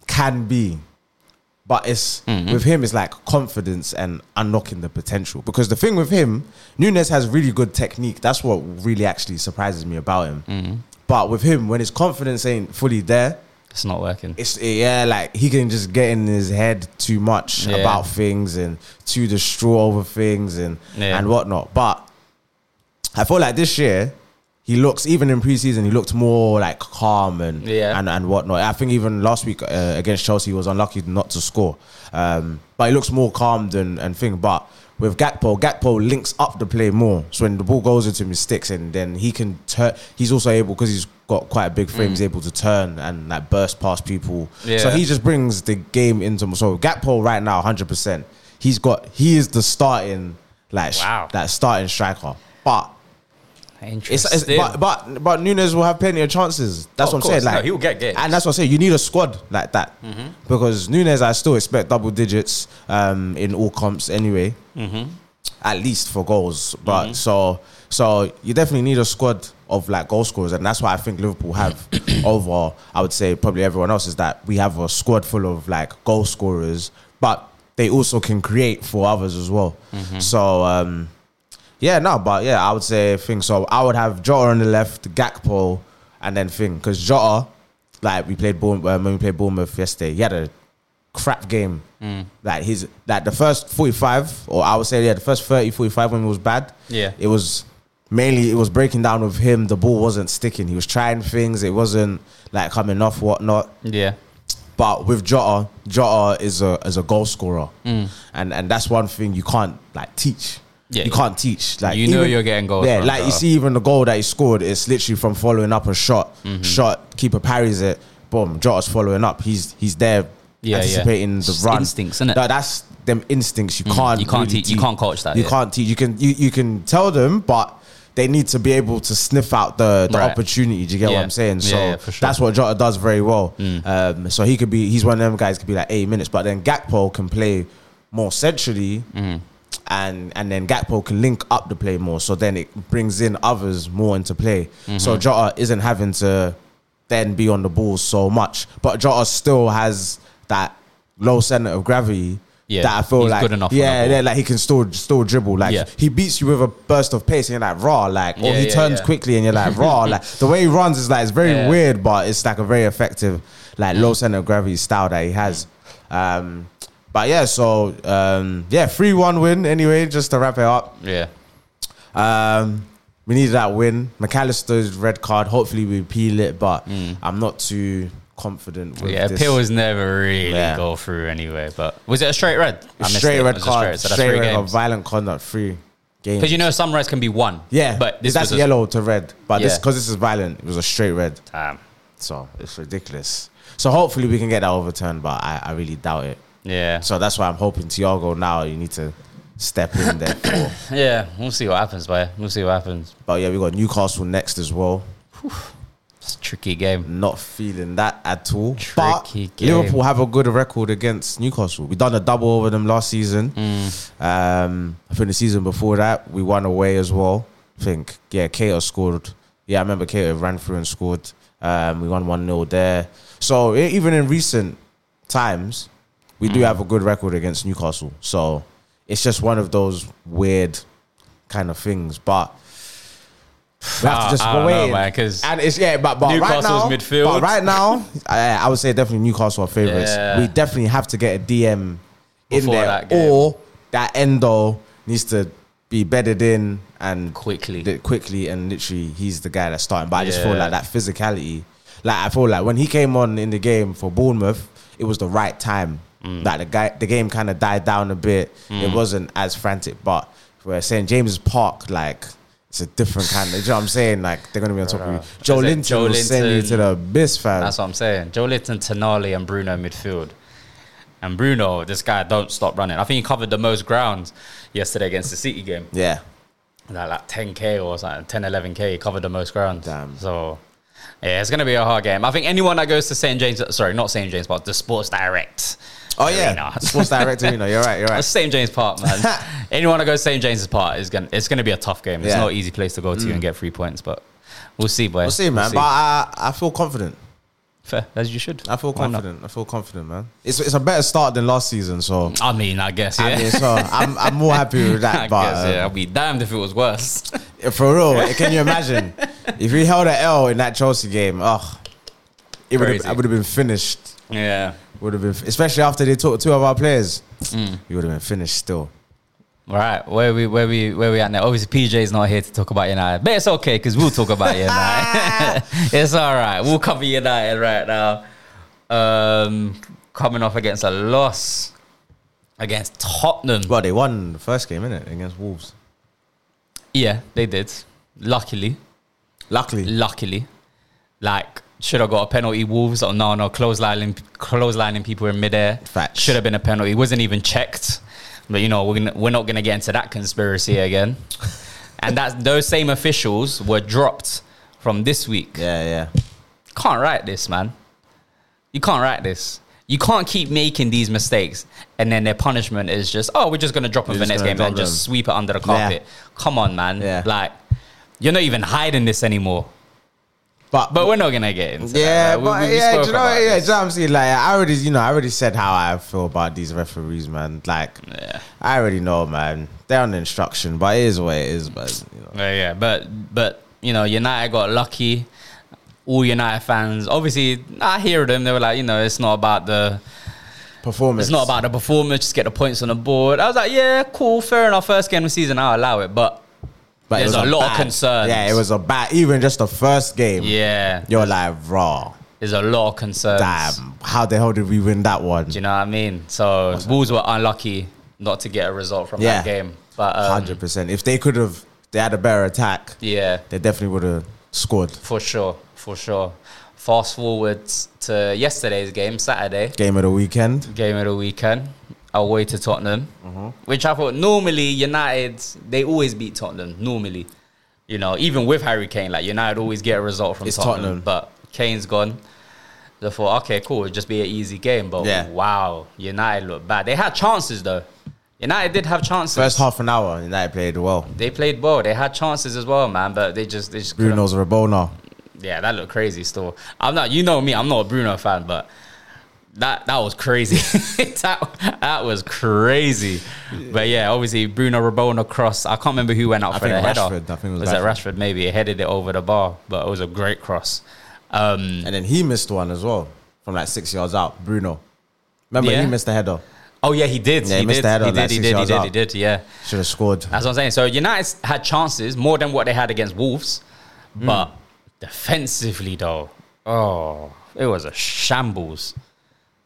[SPEAKER 2] can be, but it's with him. It's like confidence and unlocking the potential. Because the thing with him, Nunes has really good technique. That's what really actually surprises me about him. But with him, when his confidence ain't fully there,
[SPEAKER 1] It's not working.
[SPEAKER 2] it's eh, yeah, like he can just get in his head too much
[SPEAKER 1] Yeah.
[SPEAKER 2] about things and to the straw over things and
[SPEAKER 1] Yeah.
[SPEAKER 2] and whatnot. But I feel like this year he looks even in preseason he looked more like calm and
[SPEAKER 1] Yeah.
[SPEAKER 2] and and whatnot. I think even last week uh, against Chelsea he was unlucky not to score, um, but he looks more calm than and thing. But with Gakpo, Gakpo links up the play more. So when the ball goes into him, he sticks, and then he can turn. He's also able because he's got quite a big frame. He's able to turn and like burst past people. So
[SPEAKER 1] Mm. Yeah.
[SPEAKER 2] he just brings the game into. So Gakpo right now, hundred percent. He's got. He is the starting like sh-
[SPEAKER 1] Wow.
[SPEAKER 2] that starting striker, but. It's,
[SPEAKER 1] Interesting.
[SPEAKER 2] it's but, but but Nunes will have plenty of chances.
[SPEAKER 1] Oh,
[SPEAKER 2] That's what
[SPEAKER 1] of
[SPEAKER 2] I'm saying.
[SPEAKER 1] course.
[SPEAKER 2] Like
[SPEAKER 1] No, he'll get games. Mm-hmm.
[SPEAKER 2] and that's what I'm saying. You need a squad like that because Nunes, I still expect double digits um, in all comps anyway,
[SPEAKER 1] Mm-hmm.
[SPEAKER 2] at least for goals. But so so you definitely need a squad of like goal scorers, and that's why I think
[SPEAKER 1] [COUGHS]
[SPEAKER 2] Liverpool have over. I would say probably everyone else is that we have a squad full of like goal scorers, but they also can create for others as well.
[SPEAKER 1] Mm-hmm.
[SPEAKER 2] So. um yeah, no, but yeah, I would say Thing. So I would have Jota on the left, Gakpo, and then Thing. Because Jota, like we played Bournemouth, uh, when we played Bournemouth yesterday, he had a crap game. Like his, like the first 45, or I would say, yeah, the first 30, 45 when it was bad,
[SPEAKER 1] Yeah.
[SPEAKER 2] it was mainly, it was breaking down with him. The ball wasn't sticking. He was trying things. It wasn't like coming off, whatnot.
[SPEAKER 1] yeah.
[SPEAKER 2] But with Jota, Jota is a is a goal scorer, and and that's one thing you can't like teach.
[SPEAKER 1] Mm. Yeah,
[SPEAKER 2] you
[SPEAKER 1] yeah.
[SPEAKER 2] can't teach. Like
[SPEAKER 1] You know you're getting goals
[SPEAKER 2] Yeah,
[SPEAKER 1] from
[SPEAKER 2] like you
[SPEAKER 1] Jota.
[SPEAKER 2] see, even the goal that he scored, it's literally from following up a shot.
[SPEAKER 1] Mm-hmm.
[SPEAKER 2] Shot keeper parries it. Boom, Jota's following up. He's he's there.
[SPEAKER 1] Yeah, yeah.
[SPEAKER 2] anticipating
[SPEAKER 1] It's
[SPEAKER 2] the
[SPEAKER 1] just
[SPEAKER 2] run
[SPEAKER 1] instincts, innit? Mm,
[SPEAKER 2] No, that's them instincts. You can't
[SPEAKER 1] You can't
[SPEAKER 2] really
[SPEAKER 1] teach- you can't coach that,
[SPEAKER 2] You
[SPEAKER 1] yeah.
[SPEAKER 2] can't teach. You can you, you can tell them, but they need to be able to sniff out the, the
[SPEAKER 1] Right.
[SPEAKER 2] opportunity. Do you get
[SPEAKER 1] Yeah.
[SPEAKER 2] what I'm saying?
[SPEAKER 1] Yeah,
[SPEAKER 2] So
[SPEAKER 1] yeah, for sure. Mm.
[SPEAKER 2] that's what Jota does very well. Um, so he could be, he's one of them guys could be like eight minutes, but then Gakpo can play more centrally,
[SPEAKER 1] Mm.
[SPEAKER 2] and and then Gakpo can link up the play more. So then it brings in others more into play. So
[SPEAKER 1] Mm-hmm.
[SPEAKER 2] Jota isn't having to then be on the ball so much, but Jota still has that low center of gravity.
[SPEAKER 1] Yeah,
[SPEAKER 2] that I feel
[SPEAKER 1] he's
[SPEAKER 2] like
[SPEAKER 1] good enough on
[SPEAKER 2] yeah,
[SPEAKER 1] the ball.
[SPEAKER 2] yeah, like he can still still dribble. Like
[SPEAKER 1] Yeah.
[SPEAKER 2] he beats you with a burst of pace, and you're like raw, like or
[SPEAKER 1] Yeah,
[SPEAKER 2] he
[SPEAKER 1] yeah,
[SPEAKER 2] turns
[SPEAKER 1] yeah.
[SPEAKER 2] quickly, and you're like
[SPEAKER 1] [LAUGHS]
[SPEAKER 2] raw. like the way he runs is like it's very
[SPEAKER 1] Yeah.
[SPEAKER 2] weird, but it's like a very effective, like low center of gravity style that he has. Um, but yeah, so um, yeah, three one win anyway. Just to wrap it up,
[SPEAKER 1] Yeah.
[SPEAKER 2] um, we needed that win. McAllister's red card. Hopefully we appeal it, but I'm not too confident with
[SPEAKER 1] Mm. Yeah,
[SPEAKER 2] this.
[SPEAKER 1] appeals never really
[SPEAKER 2] Yeah.
[SPEAKER 1] go through anyway. But was it a straight red? I missed
[SPEAKER 2] straight
[SPEAKER 1] it. It
[SPEAKER 2] red
[SPEAKER 1] was a
[SPEAKER 2] card,
[SPEAKER 1] so
[SPEAKER 2] straight,
[SPEAKER 1] that's three
[SPEAKER 2] red card,
[SPEAKER 1] games.
[SPEAKER 2] violent conduct, three games.
[SPEAKER 1] Because you know some reds can be one.
[SPEAKER 2] Yeah,
[SPEAKER 1] but this
[SPEAKER 2] that's
[SPEAKER 1] was a-
[SPEAKER 2] yellow to red, but this
[SPEAKER 1] Yeah.
[SPEAKER 2] because this is violent, it was a straight red,
[SPEAKER 1] Damn.
[SPEAKER 2] so it's ridiculous. So hopefully we can get that overturned, but I, I really doubt it.
[SPEAKER 1] Yeah.
[SPEAKER 2] So that's why I'm hoping Tiago now you need to step in there. For.
[SPEAKER 1] Yeah. We'll see what happens, but we'll see what happens.
[SPEAKER 2] But yeah, we got Newcastle next as well.
[SPEAKER 1] It's a tricky game.
[SPEAKER 2] Not feeling that at all.
[SPEAKER 1] Tricky
[SPEAKER 2] but
[SPEAKER 1] game.
[SPEAKER 2] Liverpool have a good record against Newcastle. We done a double over them last season.
[SPEAKER 1] Mm.
[SPEAKER 2] Um, I think the season before that we won away as well. I think yeah, Cato scored. Yeah, I remember Cato ran through and scored. Um, we won one 0 there. So e- even in recent times, we
[SPEAKER 1] Mm.
[SPEAKER 2] do have a good record against Newcastle. So it's just one of those weird kind of things, but. We have
[SPEAKER 1] I-
[SPEAKER 2] to just
[SPEAKER 1] I don't
[SPEAKER 2] wait
[SPEAKER 1] know,
[SPEAKER 2] and-
[SPEAKER 1] man, 'cause
[SPEAKER 2] and it's yeah, but, but right
[SPEAKER 1] Newcastle's
[SPEAKER 2] now,
[SPEAKER 1] midfield.
[SPEAKER 2] but right now, I, I would say definitely Newcastle are favourites.
[SPEAKER 1] Yeah.
[SPEAKER 2] We definitely have to get a DM in
[SPEAKER 1] Before
[SPEAKER 2] there,
[SPEAKER 1] that game.
[SPEAKER 2] or that endo needs to be bedded in and
[SPEAKER 1] Quickly.
[SPEAKER 2] li- quickly, and literally he's the guy that's starting. But I just feel
[SPEAKER 1] Yeah.
[SPEAKER 2] like that physicality, like I feel like when he came on in the game for Bournemouth, it was the right time.
[SPEAKER 1] Mm.
[SPEAKER 2] Like the guy, the game kind of died down a bit. It wasn't as frantic, but where St James's Park, like. It's a different kind of, you know what I'm saying? Like, they're going to be on top of you. Joe
[SPEAKER 1] Is it
[SPEAKER 2] Linton
[SPEAKER 1] Joe
[SPEAKER 2] will send you to
[SPEAKER 1] Linton?
[SPEAKER 2] the abyss, fam.
[SPEAKER 1] That's what I'm saying. Joe Litton, Tonali, and Bruno midfield. And Bruno, this guy don't stop running. I think he covered the most ground yesterday against the City game.
[SPEAKER 2] yeah.
[SPEAKER 1] Like, like 10k or something, 10, 11k. He covered the most ground.
[SPEAKER 2] Damn.
[SPEAKER 1] So Yeah, it's gonna be a hard game. I think anyone that goes to St James, sorry, not St James Park, the Sports Direct.
[SPEAKER 2] Oh yeah,
[SPEAKER 1] Arena.
[SPEAKER 2] [LAUGHS] sports director. You know, you're right. You're
[SPEAKER 1] Uh,
[SPEAKER 2] right.
[SPEAKER 1] St James Park,
[SPEAKER 2] [LAUGHS]
[SPEAKER 1] man. Anyone that goes St James's Park is gonna it's gonna be a tough game. It's
[SPEAKER 2] Yeah. Mm.
[SPEAKER 1] not an easy place to go to and get three points, but we'll see. Boy.
[SPEAKER 2] We'll see, man. But I, I feel confident.
[SPEAKER 1] Fair, as you should.
[SPEAKER 2] I feel
[SPEAKER 1] Why not?
[SPEAKER 2] confident. I feel confident, man. It's it's a better start than last season. So
[SPEAKER 1] I mean, I guess yeah. [LAUGHS]
[SPEAKER 2] I mean, so I'm I'm more happy with
[SPEAKER 1] I
[SPEAKER 2] that. but
[SPEAKER 1] guess, yeah,
[SPEAKER 2] uh,
[SPEAKER 1] I'd be damned if it was worse. [LAUGHS]
[SPEAKER 2] for real, can you imagine if we held an L in that Chelsea game? Oh, it would
[SPEAKER 1] Crazy.
[SPEAKER 2] I would have been finished.
[SPEAKER 1] yeah.
[SPEAKER 2] Would have been especially after they took two of our players.
[SPEAKER 1] Mm.
[SPEAKER 2] You would have been finished
[SPEAKER 1] [LAUGHS]
[SPEAKER 2] still.
[SPEAKER 1] All right, where we where we where we at now? Obviously, PJ's not here to talk about United, but it's okay because we'll talk
[SPEAKER 2] [LAUGHS]
[SPEAKER 1] about United. it's all right. We'll cover United right now. Um, coming off against a loss against Tottenham.
[SPEAKER 2] Well, they won the first game, innit, against Wolves.
[SPEAKER 1] Yeah, they did. Luckily,
[SPEAKER 2] Luckily,
[SPEAKER 1] luckily, like should have got a penalty. Wolves or no, no clotheslining, clotheslining people in midair.
[SPEAKER 2] Facts.
[SPEAKER 1] Should have been a penalty. Wasn't even checked. But you know we're gonna, we're not gonna get into that conspiracy again. and that those same officials were dropped from this week.
[SPEAKER 2] yeah, yeah.
[SPEAKER 1] Can't write this, man. You can't write this. You can't keep making these mistakes, and then their punishment is just, oh, we're just gonna drop them for
[SPEAKER 2] We're just
[SPEAKER 1] next
[SPEAKER 2] gonna
[SPEAKER 1] game and
[SPEAKER 2] drop
[SPEAKER 1] just
[SPEAKER 2] them.
[SPEAKER 1] sweep it under the carpet. Come on, man.
[SPEAKER 2] Yeah.
[SPEAKER 1] Like, you're not even hiding this anymore.
[SPEAKER 2] But
[SPEAKER 1] But we're not gonna get into
[SPEAKER 2] Yeah,
[SPEAKER 1] that.
[SPEAKER 2] but
[SPEAKER 1] Like, we- we- we
[SPEAKER 2] yeah,
[SPEAKER 1] spoke
[SPEAKER 2] do you know,
[SPEAKER 1] about
[SPEAKER 2] what- yeah, do
[SPEAKER 1] this.
[SPEAKER 2] you know what I'm saying? Like, I already, you know, I already said how I feel about these referees, man. Like,
[SPEAKER 1] Yeah.
[SPEAKER 2] I already know, man. They're on instruction, but it is what it is, but you know.
[SPEAKER 1] yeah, yeah. But but you know, United got lucky. All United fans, obviously, I hear them. They were like, you know, it's not about the,
[SPEAKER 2] Performance.
[SPEAKER 1] it's not about the performance. Just get the points on the board. I was like, yeah, cool, fair enough. First game of the season, I'll allow it. But
[SPEAKER 2] but it
[SPEAKER 1] there's
[SPEAKER 2] was
[SPEAKER 1] a lot of
[SPEAKER 2] bad-
[SPEAKER 1] concerns.
[SPEAKER 2] Yeah, it was a bad, even just the first game.
[SPEAKER 1] yeah,
[SPEAKER 2] You're like, raw.
[SPEAKER 1] there's a lot of concerns.
[SPEAKER 2] Damn. How the hell did we win that one?
[SPEAKER 1] Do you know what I mean? So Wolves were unlucky not to get a result from
[SPEAKER 2] Yeah.
[SPEAKER 1] that game. But um,
[SPEAKER 2] 100%. If they could have, they had a better attack,
[SPEAKER 1] yeah,
[SPEAKER 2] they definitely would have scored.
[SPEAKER 1] for sure, for sure. Fast forward to yesterday's game, Saturday.
[SPEAKER 2] Game of the weekend.
[SPEAKER 1] game of the weekend away to Tottenham, which I thought normally United they always beat Tottenham normally. You know, even with Harry Kane, like United always get a result from
[SPEAKER 2] It's
[SPEAKER 1] Tottenham,
[SPEAKER 2] Tottenham.
[SPEAKER 1] but Kane's gone. They thought, okay, cool, it'll just be an easy game. But
[SPEAKER 2] Yeah.
[SPEAKER 1] wow, United looked bad. They had chances though. United did have chances.
[SPEAKER 2] First half an hour, United played well.
[SPEAKER 1] they played well. They had chances as well, man. But they just they just couldn't
[SPEAKER 2] Bruno's Rabona.
[SPEAKER 1] yeah, that looked crazy. Still, I'm not. You know me. I'm not a Bruno fan, but that that was crazy. [LAUGHS] that that was crazy. But yeah, obviously Bruno Rabona cross. I can't remember who went up for
[SPEAKER 2] think
[SPEAKER 1] the header.
[SPEAKER 2] Rashford, I think it was
[SPEAKER 1] was it Rashford? Maybe he headed it over the bar, but it was a great cross. Um,
[SPEAKER 2] And then he missed one as well from like six yards out. Bruno. Remember,
[SPEAKER 1] Yeah.
[SPEAKER 2] he missed the header.
[SPEAKER 1] oh yeah, he did.
[SPEAKER 2] Yeah, he
[SPEAKER 1] he,
[SPEAKER 2] missed
[SPEAKER 1] did.
[SPEAKER 2] the header
[SPEAKER 1] he
[SPEAKER 2] on that
[SPEAKER 1] did. He
[SPEAKER 2] six
[SPEAKER 1] did. He
[SPEAKER 2] yards
[SPEAKER 1] did.
[SPEAKER 2] out.
[SPEAKER 1] He did. Yeah.
[SPEAKER 2] Should have scored.
[SPEAKER 1] That's what I'm saying. So United had chances more than what they had against Wolves, but defensively though, oh, it was a shambles,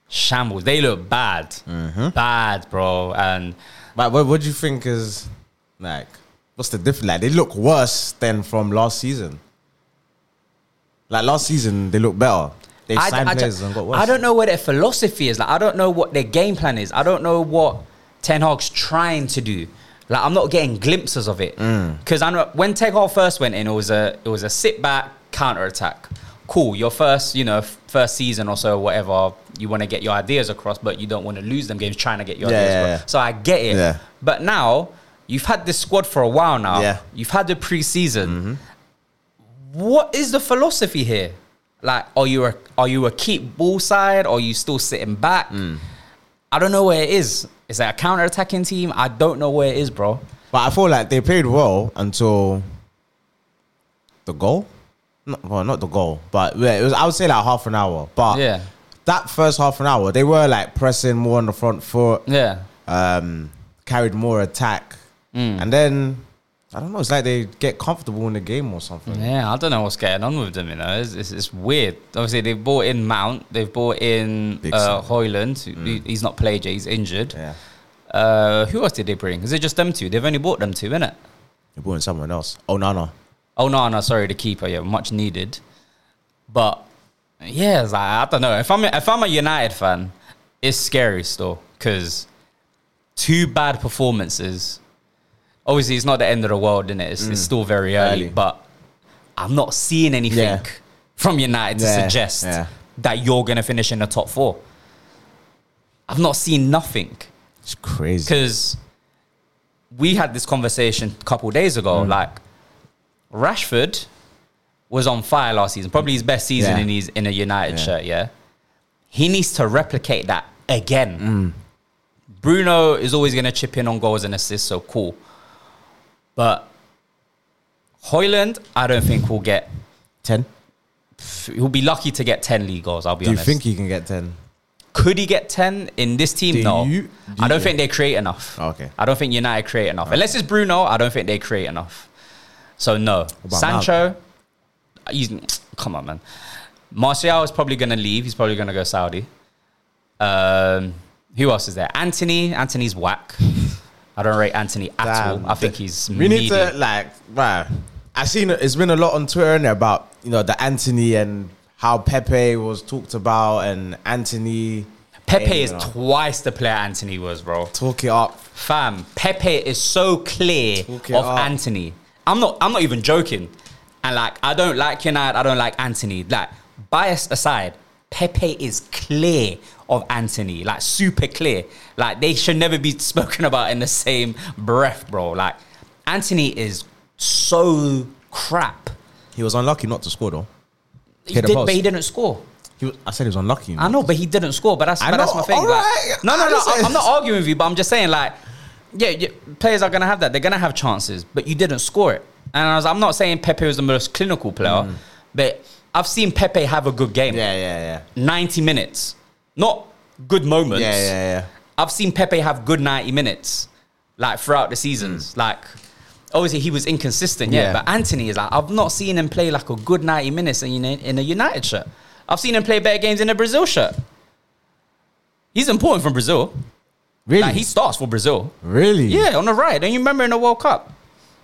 [SPEAKER 1] shambles. They look bad, bad, bro. And
[SPEAKER 2] But what, what do you think is like, what's the difference? Like, they look worse than from last season. Like, last season, they look better. They
[SPEAKER 1] I,
[SPEAKER 2] signed
[SPEAKER 1] I,
[SPEAKER 2] players and got worse.
[SPEAKER 1] I don't know what their philosophy is. Like I don't know what their game plan is. I don't know what Ten Hag's trying to do. Like I'm not getting glimpses of it
[SPEAKER 2] Mm.
[SPEAKER 1] because I know when Ten Hag first went in, it was a it was a sit back counter attack. Cool, your first you know f- first season or so, whatever. You want to get your ideas across, but you don't want to lose them games trying to get your
[SPEAKER 2] Yeah,
[SPEAKER 1] ideas.
[SPEAKER 2] yeah,
[SPEAKER 1] across.
[SPEAKER 2] yeah.
[SPEAKER 1] So I get it.
[SPEAKER 2] Yeah.
[SPEAKER 1] But now you've had this squad for a while now.
[SPEAKER 2] Yeah. Mm-hmm.
[SPEAKER 1] You've had the preseason what is the philosophy here? Like, are you a are you a keep ball side? Or are you still sitting back?
[SPEAKER 2] Mm.
[SPEAKER 1] I don't know where it is. Is that a counter attacking team? I don't know where it is, bro.
[SPEAKER 2] But I feel like they played well until the goal. No, well, not the goal, but yeah, it was. I would say like half an hour. But
[SPEAKER 1] Yeah.
[SPEAKER 2] that first half an hour, they were like pressing more on the front foot,
[SPEAKER 1] Yeah,
[SPEAKER 2] um, carried more attack,
[SPEAKER 1] Mm.
[SPEAKER 2] and then I don't know. It's like they get comfortable in the game or something.
[SPEAKER 1] yeah. I don't know what's going on with them. You know, it's, it's, it's weird. Obviously, they've bought in Mount. They've bought in
[SPEAKER 2] Big
[SPEAKER 1] uh,
[SPEAKER 2] Sam.
[SPEAKER 1] Hoyland. who- he- He's not played yet. He's injured.
[SPEAKER 2] Yeah,
[SPEAKER 1] Uh, who else did they bring? Is it just them two? They've only bought them two, innit?
[SPEAKER 2] they brought in someone else. Oh no, no.
[SPEAKER 1] Oh no, no, sorry, the keeper. Yeah, much needed. But yeah, it's like, I don't know. If I'm if I'm a United fan, it's scary still because two bad performances. Obviously,
[SPEAKER 2] Mm.
[SPEAKER 1] it's not the end of the world, innit? It's, it's still very early,
[SPEAKER 2] Early.
[SPEAKER 1] but I'm not seeing anything
[SPEAKER 2] Yeah.
[SPEAKER 1] from United to
[SPEAKER 2] Yeah,
[SPEAKER 1] suggest
[SPEAKER 2] yeah.
[SPEAKER 1] that you're going to finish in the top four. I've not seen nothing
[SPEAKER 2] It's crazy.
[SPEAKER 1] because we had this conversation a couple days
[SPEAKER 2] Mm.
[SPEAKER 1] ago. Like Rashford was on fire last season, probably his best season
[SPEAKER 2] Yeah.
[SPEAKER 1] in his in a United
[SPEAKER 2] Yeah.
[SPEAKER 1] shirt. Yeah, he needs to replicate that again.
[SPEAKER 2] Mm.
[SPEAKER 1] Bruno is always going to chip in on goals and assists, so cool. But Hoyland, I don't think will get.
[SPEAKER 2] Ten.
[SPEAKER 1] He'll be lucky to get ten league goals. I'll be
[SPEAKER 2] Do you
[SPEAKER 1] honest.
[SPEAKER 2] think he can get ten?
[SPEAKER 1] Could he get 10 in this team?
[SPEAKER 2] Do
[SPEAKER 1] no.
[SPEAKER 2] you- do
[SPEAKER 1] I don't
[SPEAKER 2] you- Oh,
[SPEAKER 1] think they create enough.
[SPEAKER 2] Okay. Oh.
[SPEAKER 1] I don't think United create enough. Unless it's Bruno, I don't think they create enough. So, no.
[SPEAKER 2] about
[SPEAKER 1] Sancho, he's, come on, man. Martial is probably going to leave. He's probably going to go Saudi. Um, who else is there? Anthony. Anthony's whack. I don't rate Anthony at all. I think he's
[SPEAKER 2] We need to
[SPEAKER 1] mediocre.
[SPEAKER 2] like right. I seen it- it's been a lot on Twitter and about you know the Anthony and how Pepe was talked about and Anthony.
[SPEAKER 1] Pepe
[SPEAKER 2] Hey,
[SPEAKER 1] is
[SPEAKER 2] you know,
[SPEAKER 1] twice the player Anthony was, bro.
[SPEAKER 2] talk it up.
[SPEAKER 1] Fam, Pepe is so clear
[SPEAKER 2] Talk it
[SPEAKER 1] of
[SPEAKER 2] up.
[SPEAKER 1] Anthony. I'm not I'm not even joking. And like I don't like United, I don't like Anthony. Like bias aside, Pepe is clear of Anthony. Like super clear. Like they should never be [LAUGHS] spoken about in the same breath, bro. Like Anthony is so crap.
[SPEAKER 2] He was unlucky not to score though.
[SPEAKER 1] He
[SPEAKER 2] Hit a
[SPEAKER 1] did,
[SPEAKER 2] post.
[SPEAKER 1] but he didn't score.
[SPEAKER 2] He was, I said he was unlucky.
[SPEAKER 1] I know, but he didn't score. But that's,
[SPEAKER 2] I
[SPEAKER 1] but that's
[SPEAKER 2] know,
[SPEAKER 1] my thing.
[SPEAKER 2] all
[SPEAKER 1] like-
[SPEAKER 2] right.
[SPEAKER 1] no, no,
[SPEAKER 2] I
[SPEAKER 1] no.
[SPEAKER 2] just-
[SPEAKER 1] I, am not arguing with you, but I'm just saying, like, yeah, yeah, players are gonna have that. They're gonna have chances, but you didn't score it. And I was, I'm not saying Pepe was the most clinical player, but I've seen Pepe have a good game.
[SPEAKER 2] Mm. Yeah, yeah,
[SPEAKER 1] 90 minutes, not good moments.
[SPEAKER 2] yeah, yeah, yeah,
[SPEAKER 1] I've seen Pepe have good 90 minutes, like throughout the seasons. Like, obviously he was inconsistent, yeah,
[SPEAKER 2] Hmm. Yeah.
[SPEAKER 1] But Anthony is like, I've not seen him play like a good 90 minutes in, in a United shirt. I've seen him play better games in a Brazil shirt. He's important from Brazil.
[SPEAKER 2] Really, Hmm.
[SPEAKER 1] Like, he starts for Brazil.
[SPEAKER 2] really,
[SPEAKER 1] Yeah, on the right. Don't you remember in the World Cup?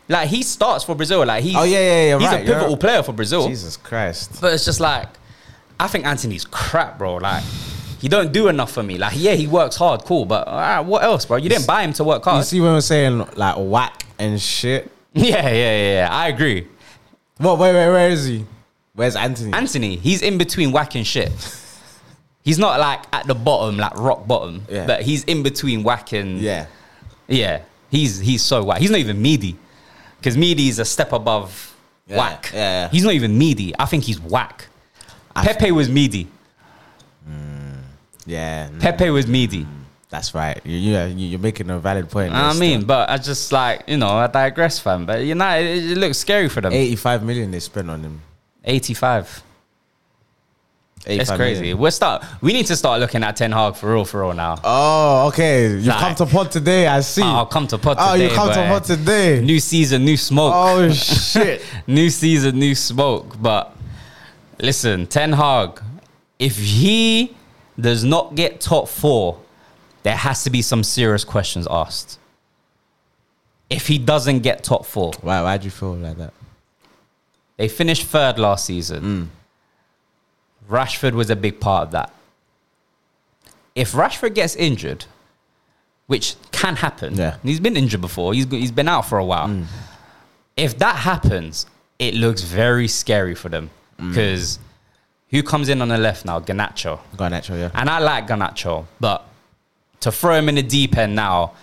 [SPEAKER 1] Like, he starts for Brazil. Like, he's,
[SPEAKER 2] Oh, yeah, yeah, yeah,
[SPEAKER 1] he's
[SPEAKER 2] right,
[SPEAKER 1] a
[SPEAKER 2] you're-
[SPEAKER 1] pivotal player for Brazil.
[SPEAKER 2] Jesus Christ.
[SPEAKER 1] But it's just like, I think Anthony's crap, bro. Like, he don't do enough for me. Like, yeah, he works hard, cool, but uh, what else, bro? You didn't buy him to work
[SPEAKER 2] You
[SPEAKER 1] hard.
[SPEAKER 2] see when we're saying like whack and shit.
[SPEAKER 1] [LAUGHS] Yeah, yeah, yeah, yeah. I agree.
[SPEAKER 2] What? Wait, wait, where is he? Where's Anthony?
[SPEAKER 1] Anthony, he's in between whack and shit. He's not like at the bottom, like rock bottom,
[SPEAKER 2] Yeah.
[SPEAKER 1] but he's in between whack and
[SPEAKER 2] yeah,
[SPEAKER 1] yeah. He's he's so whack. He's not even meaty because meaty is a step above
[SPEAKER 2] Yeah,
[SPEAKER 1] whack.
[SPEAKER 2] yeah, yeah.
[SPEAKER 1] He's not even meaty. I think he's whack. Pepe was meaty.
[SPEAKER 2] yeah. mm,
[SPEAKER 1] Pepe was meaty.
[SPEAKER 2] That's right. You, yeah, you- you're making a valid point.
[SPEAKER 1] I
[SPEAKER 2] It's
[SPEAKER 1] mean, but I just like you know I digress, fam. But United, it, it looks scary for them.
[SPEAKER 2] 85 million they spent on him.
[SPEAKER 1] Eighty-five. It's
[SPEAKER 2] 85
[SPEAKER 1] crazy.
[SPEAKER 2] million.
[SPEAKER 1] We're start. We need to start looking at Ten Hag for real, for real now.
[SPEAKER 2] Oh, okay. You
[SPEAKER 1] Like-
[SPEAKER 2] come to pod today. I see.
[SPEAKER 1] I'll come to pod
[SPEAKER 2] oh,
[SPEAKER 1] today.
[SPEAKER 2] you come to
[SPEAKER 1] but
[SPEAKER 2] pod today.
[SPEAKER 1] New season, new smoke.
[SPEAKER 2] oh
[SPEAKER 1] [LAUGHS]
[SPEAKER 2] shit.
[SPEAKER 1] New season, new smoke. But listen, Ten Hag, if he does not get top four, there has to be some serious questions asked. If he doesn't get top four,
[SPEAKER 2] Why? Why do you feel like that?
[SPEAKER 1] They finished third last season. Rashford was a big part of that. If Rashford gets injured, which can happen,
[SPEAKER 2] Yeah.
[SPEAKER 1] he's been injured before, he's, he's been out for a while. If that happens, it looks very scary for them because who comes in on the left now? Ganacho.
[SPEAKER 2] Go on, actually, yeah.
[SPEAKER 1] And I like Ganacho, but to throw him in the deep end now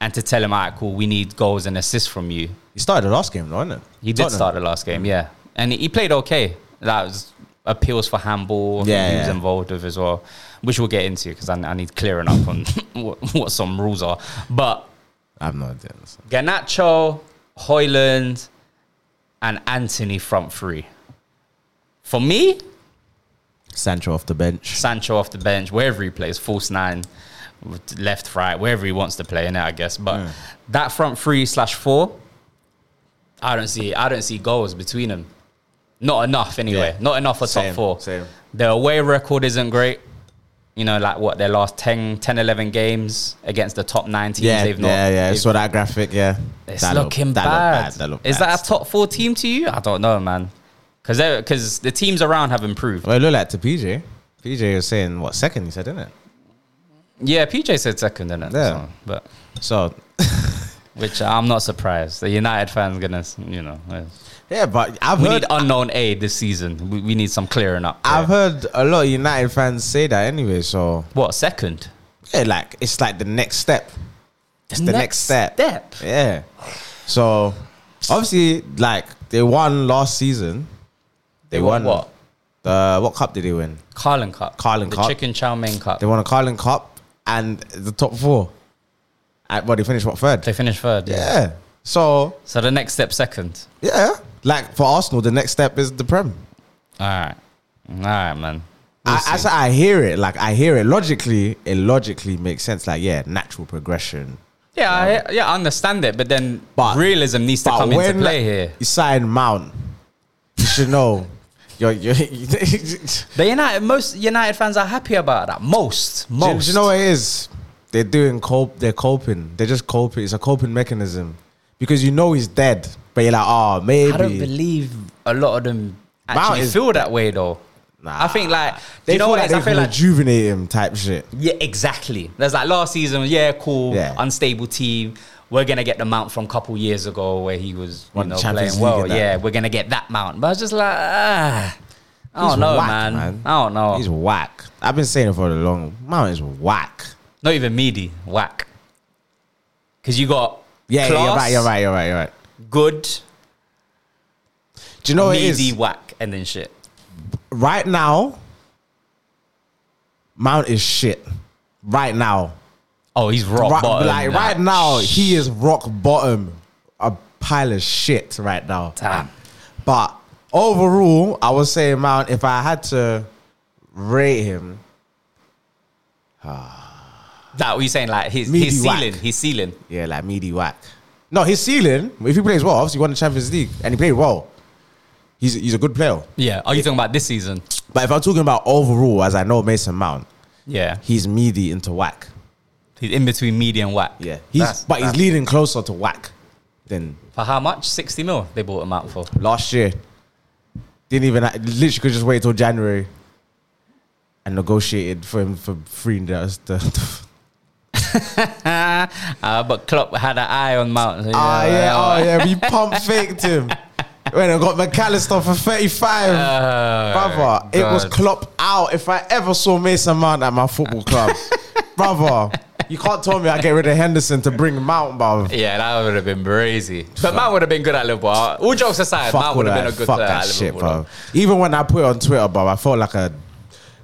[SPEAKER 1] and to tell him, all right, cool, we need goals and assists from you,
[SPEAKER 2] He started the last game, though, didn't
[SPEAKER 1] he did start the last game, yeah, and he played okay. That was appeals for handball.
[SPEAKER 2] Yeah,
[SPEAKER 1] Yeah, he was
[SPEAKER 2] yeah.
[SPEAKER 1] involved with as well, which we'll get into because I, I need clearing up on [LAUGHS] what, what some rules are. But
[SPEAKER 2] I've no idea. So.
[SPEAKER 1] Ganacho, Hoyland, and Anthony front three. For me,
[SPEAKER 2] Sancho off the bench.
[SPEAKER 1] Sancho off the bench, wherever he plays, false nine, left, right, wherever he wants to play in it, I guess. But that front three slash four, I don't see. I don't see goals between them. Not enough, anyway.
[SPEAKER 2] Yeah.
[SPEAKER 1] Not enough for
[SPEAKER 2] Same,
[SPEAKER 1] top four.
[SPEAKER 2] same.
[SPEAKER 1] Their away record isn't great. You know, like what their last 10, 10 11 games against the top nine teams.
[SPEAKER 2] Yeah,
[SPEAKER 1] they've not.
[SPEAKER 2] yeah, yeah. I
[SPEAKER 1] they've-
[SPEAKER 2] saw that graphic. Yeah,
[SPEAKER 1] it's
[SPEAKER 2] That look-
[SPEAKER 1] looking
[SPEAKER 2] that look
[SPEAKER 1] bad.
[SPEAKER 2] That look
[SPEAKER 1] Is
[SPEAKER 2] bad.
[SPEAKER 1] that a top four team to you? I don't know, man. Because because the teams around have improved.
[SPEAKER 2] Well, it looked like to PJ. PJ was saying what second he said, didn't it?
[SPEAKER 1] Yeah, PJ said second, didn't it?
[SPEAKER 2] Yeah.
[SPEAKER 1] So, but
[SPEAKER 2] So
[SPEAKER 1] Which I'm not surprised. The United fans gonna, you know, uh,
[SPEAKER 2] Yeah, but I've
[SPEAKER 1] We
[SPEAKER 2] heard
[SPEAKER 1] need unknown aid this season. We, we need some clearing up.
[SPEAKER 2] I've heard a lot of United fans say that anyway. So
[SPEAKER 1] what second?
[SPEAKER 2] yeah, like it's like the next step. It's the, next, step.
[SPEAKER 1] Step.
[SPEAKER 2] Yeah. So obviously, like they won last season. They,
[SPEAKER 1] They won
[SPEAKER 2] won,
[SPEAKER 1] what?
[SPEAKER 2] The what cup did they win?
[SPEAKER 1] Carlin Cup.
[SPEAKER 2] Carling
[SPEAKER 1] the
[SPEAKER 2] Cup.
[SPEAKER 1] Chicken Chow Mein Cup.
[SPEAKER 2] They won a Carling Cup and the top four. At well, they finished what third?
[SPEAKER 1] They finished third.
[SPEAKER 2] Yeah. So
[SPEAKER 1] So the next step second.
[SPEAKER 2] yeah, like for Arsenal, the next step is the Prem.
[SPEAKER 1] All right. All right, man. We'll
[SPEAKER 2] I,
[SPEAKER 1] see.
[SPEAKER 2] as I hear it, like I hear it logically, it logically makes sense. Like yeah, natural progression.
[SPEAKER 1] yeah, I, yeah, I understand it, but then
[SPEAKER 2] But-
[SPEAKER 1] realism needs to come into play here.
[SPEAKER 2] You sign Mount, you should know. [LAUGHS] You're, you're, do
[SPEAKER 1] The United, most United fans are happy about that. Most,
[SPEAKER 2] you-
[SPEAKER 1] most.
[SPEAKER 2] do you know what it is? They're doing cope. They're coping. They're just coping. It's a coping mechanism because you know he's dead, but you're like, oh, maybe.
[SPEAKER 1] I don't believe a lot of them actually
[SPEAKER 2] Mount is-
[SPEAKER 1] feel that way though.
[SPEAKER 2] Nah.
[SPEAKER 1] I think like
[SPEAKER 2] they
[SPEAKER 1] you know
[SPEAKER 2] feel
[SPEAKER 1] what it is?
[SPEAKER 2] like they
[SPEAKER 1] I feel
[SPEAKER 2] can
[SPEAKER 1] like
[SPEAKER 2] rejuvenate him type shit.
[SPEAKER 1] yeah, exactly. There's like last season, yeah, cool,
[SPEAKER 2] Yeah.
[SPEAKER 1] unstable team. We're gonna get the mount from a couple years ago where he was you
[SPEAKER 2] Won the
[SPEAKER 1] know,
[SPEAKER 2] Champions
[SPEAKER 1] playing
[SPEAKER 2] League
[SPEAKER 1] well.
[SPEAKER 2] and that.
[SPEAKER 1] Yeah, we're gonna get that mount. But I was just like, ah, I don't
[SPEAKER 2] He's
[SPEAKER 1] know,
[SPEAKER 2] whack,
[SPEAKER 1] man. I don't know.
[SPEAKER 2] He's whack. I've been saying it for a long. Mount is whack.
[SPEAKER 1] Not even meaty, whack. Because you got
[SPEAKER 2] Yeah, yeah,
[SPEAKER 1] class,
[SPEAKER 2] you're right. You're right. You're right. You're right.
[SPEAKER 1] good,
[SPEAKER 2] Do you know what Oh, it
[SPEAKER 1] meaty,
[SPEAKER 2] is?
[SPEAKER 1] whack, and then shit.
[SPEAKER 2] right now, Mount is shit. Right now,
[SPEAKER 1] Oh, he's rock
[SPEAKER 2] right,
[SPEAKER 1] bottom.
[SPEAKER 2] like
[SPEAKER 1] like,
[SPEAKER 2] right now, he is rock bottom, a pile of shit right now.
[SPEAKER 1] Damn.
[SPEAKER 2] But overall, I would say Mount. If I had to rate him,
[SPEAKER 1] That what you saying? Like his
[SPEAKER 2] Meaty
[SPEAKER 1] his
[SPEAKER 2] whack.
[SPEAKER 1] ceiling, his ceiling.
[SPEAKER 2] yeah, like meaty whack. No, his ceiling. If he plays well, obviously he won the Champions League and he played well. He's he's a good player.
[SPEAKER 1] Yeah. Are you talking about this season?
[SPEAKER 2] But if I'm talking about overall, as I know Mason Mount,
[SPEAKER 1] Yeah.
[SPEAKER 2] he's meaty into whack.
[SPEAKER 1] He's in between meaty and whack.
[SPEAKER 2] Yeah, he's
[SPEAKER 1] That's-
[SPEAKER 2] but he's leading closer to whack than
[SPEAKER 1] For how much? 60 mil they bought him out for.
[SPEAKER 2] last year. Didn't even ha- literally could just wait till January and negotiated for him for free. and That's the [LAUGHS]
[SPEAKER 1] uh, but Klopp had an eye on Mount. you know,
[SPEAKER 2] ah yeah
[SPEAKER 1] uh,
[SPEAKER 2] oh yeah we pump faked him. When I got McAllister for thirty five, brother, it was
[SPEAKER 1] God.
[SPEAKER 2] Klopp out. If I ever saw Mason Mount at my football [LAUGHS] club, brother, you can't tell me I get rid of Henderson to bring Mount, brother.
[SPEAKER 1] yeah, that would have been brazy. But Mount would have been good at Liverpool. All jokes aside,
[SPEAKER 2] fuck
[SPEAKER 1] Mount
[SPEAKER 2] all
[SPEAKER 1] would have
[SPEAKER 2] that,
[SPEAKER 1] been a good
[SPEAKER 2] fuck
[SPEAKER 1] player
[SPEAKER 2] that
[SPEAKER 1] at
[SPEAKER 2] shit,
[SPEAKER 1] Liverpool.
[SPEAKER 2] bro. Even when I put it on Twitter, bro, I felt like a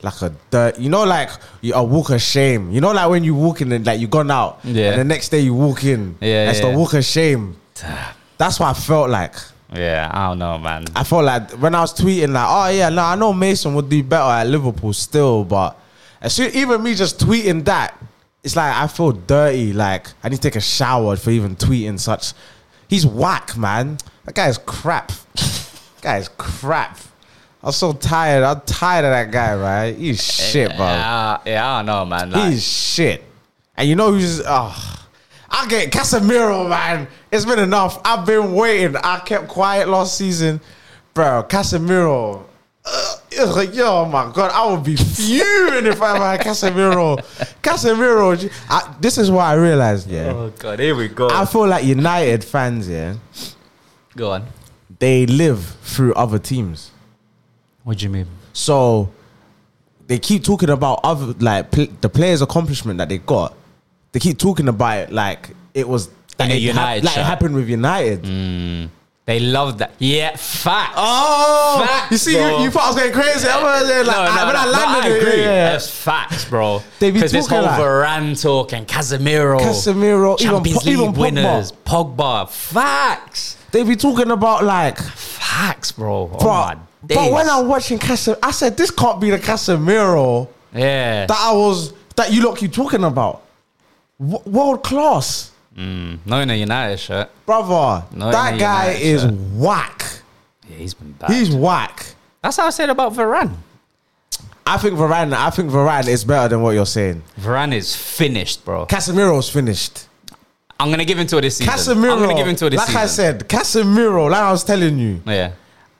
[SPEAKER 2] like a dirt, you know, like you- a walk of shame. You know, like when you walk in and like you gone out,
[SPEAKER 1] Yeah.
[SPEAKER 2] and the next day you walk in,
[SPEAKER 1] Yeah,
[SPEAKER 2] it's
[SPEAKER 1] yeah.
[SPEAKER 2] the walk of shame. That's what I felt like.
[SPEAKER 1] Yeah, I don't know, man.
[SPEAKER 2] I felt like when I was tweeting, like, oh yeah, no, I know Mason would do better at Liverpool still, but as soon, even me just tweeting that, it's like I feel dirty. Like I need to take a shower for even tweeting such. He's whack, man. That guy is crap. guy is crap. I'm so tired. I'm tired of that guy, man. He's shit, Ah, bro.
[SPEAKER 1] Uh, yeah, I don't know, man. Like,
[SPEAKER 2] He's shit. And you know who's oh. I get Casemiro, man. It's been enough. I've been waiting. I kept quiet last season. Bro, Casemiro. Ugh, ugh, yo, oh my God. I would be fuming if I ever had Casemiro. Casemiro. I, this is what I realized, yeah.
[SPEAKER 1] oh, God, here we go.
[SPEAKER 2] I feel like United fans, yeah,
[SPEAKER 1] go on.
[SPEAKER 2] they live through other teams.
[SPEAKER 1] What do you mean?
[SPEAKER 2] So they keep talking about other like pl- the players' accomplishment that they got. They keep talking about it like it was
[SPEAKER 1] In
[SPEAKER 2] like
[SPEAKER 1] a
[SPEAKER 2] it hap-
[SPEAKER 1] United
[SPEAKER 2] like it
[SPEAKER 1] shirt. Mm.
[SPEAKER 2] happened with United.
[SPEAKER 1] They love that. Yeah, facts.
[SPEAKER 2] Oh,
[SPEAKER 1] Facts,
[SPEAKER 2] you see, you,
[SPEAKER 1] bro.
[SPEAKER 2] you thought I was going crazy. I was there, like,
[SPEAKER 1] No,
[SPEAKER 2] I,
[SPEAKER 1] no,
[SPEAKER 2] when
[SPEAKER 1] no,
[SPEAKER 2] I
[SPEAKER 1] no,
[SPEAKER 2] landed,
[SPEAKER 1] I
[SPEAKER 2] it,
[SPEAKER 1] agree.
[SPEAKER 2] yeah, yeah.
[SPEAKER 1] That's facts, bro.
[SPEAKER 2] They be
[SPEAKER 1] Because this whole
[SPEAKER 2] talking like-
[SPEAKER 1] Varane talk and Casemiro,
[SPEAKER 2] Casemiro, even
[SPEAKER 1] Champions
[SPEAKER 2] Po- even
[SPEAKER 1] League
[SPEAKER 2] Pogba.
[SPEAKER 1] winners, Pogba. Facts,
[SPEAKER 2] they be talking about like,
[SPEAKER 1] facts, bro. Oh my
[SPEAKER 2] bro. But
[SPEAKER 1] days.
[SPEAKER 2] when I'm watching Casemiro, I said this can't be the Casemiro
[SPEAKER 1] yeah,
[SPEAKER 2] that I was that you lot keep talking about. W- world class.
[SPEAKER 1] no, in a United shirt,
[SPEAKER 2] Brother,
[SPEAKER 1] No,
[SPEAKER 2] that
[SPEAKER 1] no,
[SPEAKER 2] guy
[SPEAKER 1] United
[SPEAKER 2] is
[SPEAKER 1] shirt.
[SPEAKER 2] whack.
[SPEAKER 1] yeah, he's been bad.
[SPEAKER 2] He's whack.
[SPEAKER 1] That's how I said about Varane.
[SPEAKER 2] I think Varane. I think Varane is better than what you're saying.
[SPEAKER 1] Varane is finished, bro.
[SPEAKER 2] Casemiro's finished.
[SPEAKER 1] I'm gonna give him till this season.
[SPEAKER 2] Casemiro.
[SPEAKER 1] I'm gonna give him till this
[SPEAKER 2] like
[SPEAKER 1] season.
[SPEAKER 2] I said, Casemiro. Like I was telling you,
[SPEAKER 1] yeah,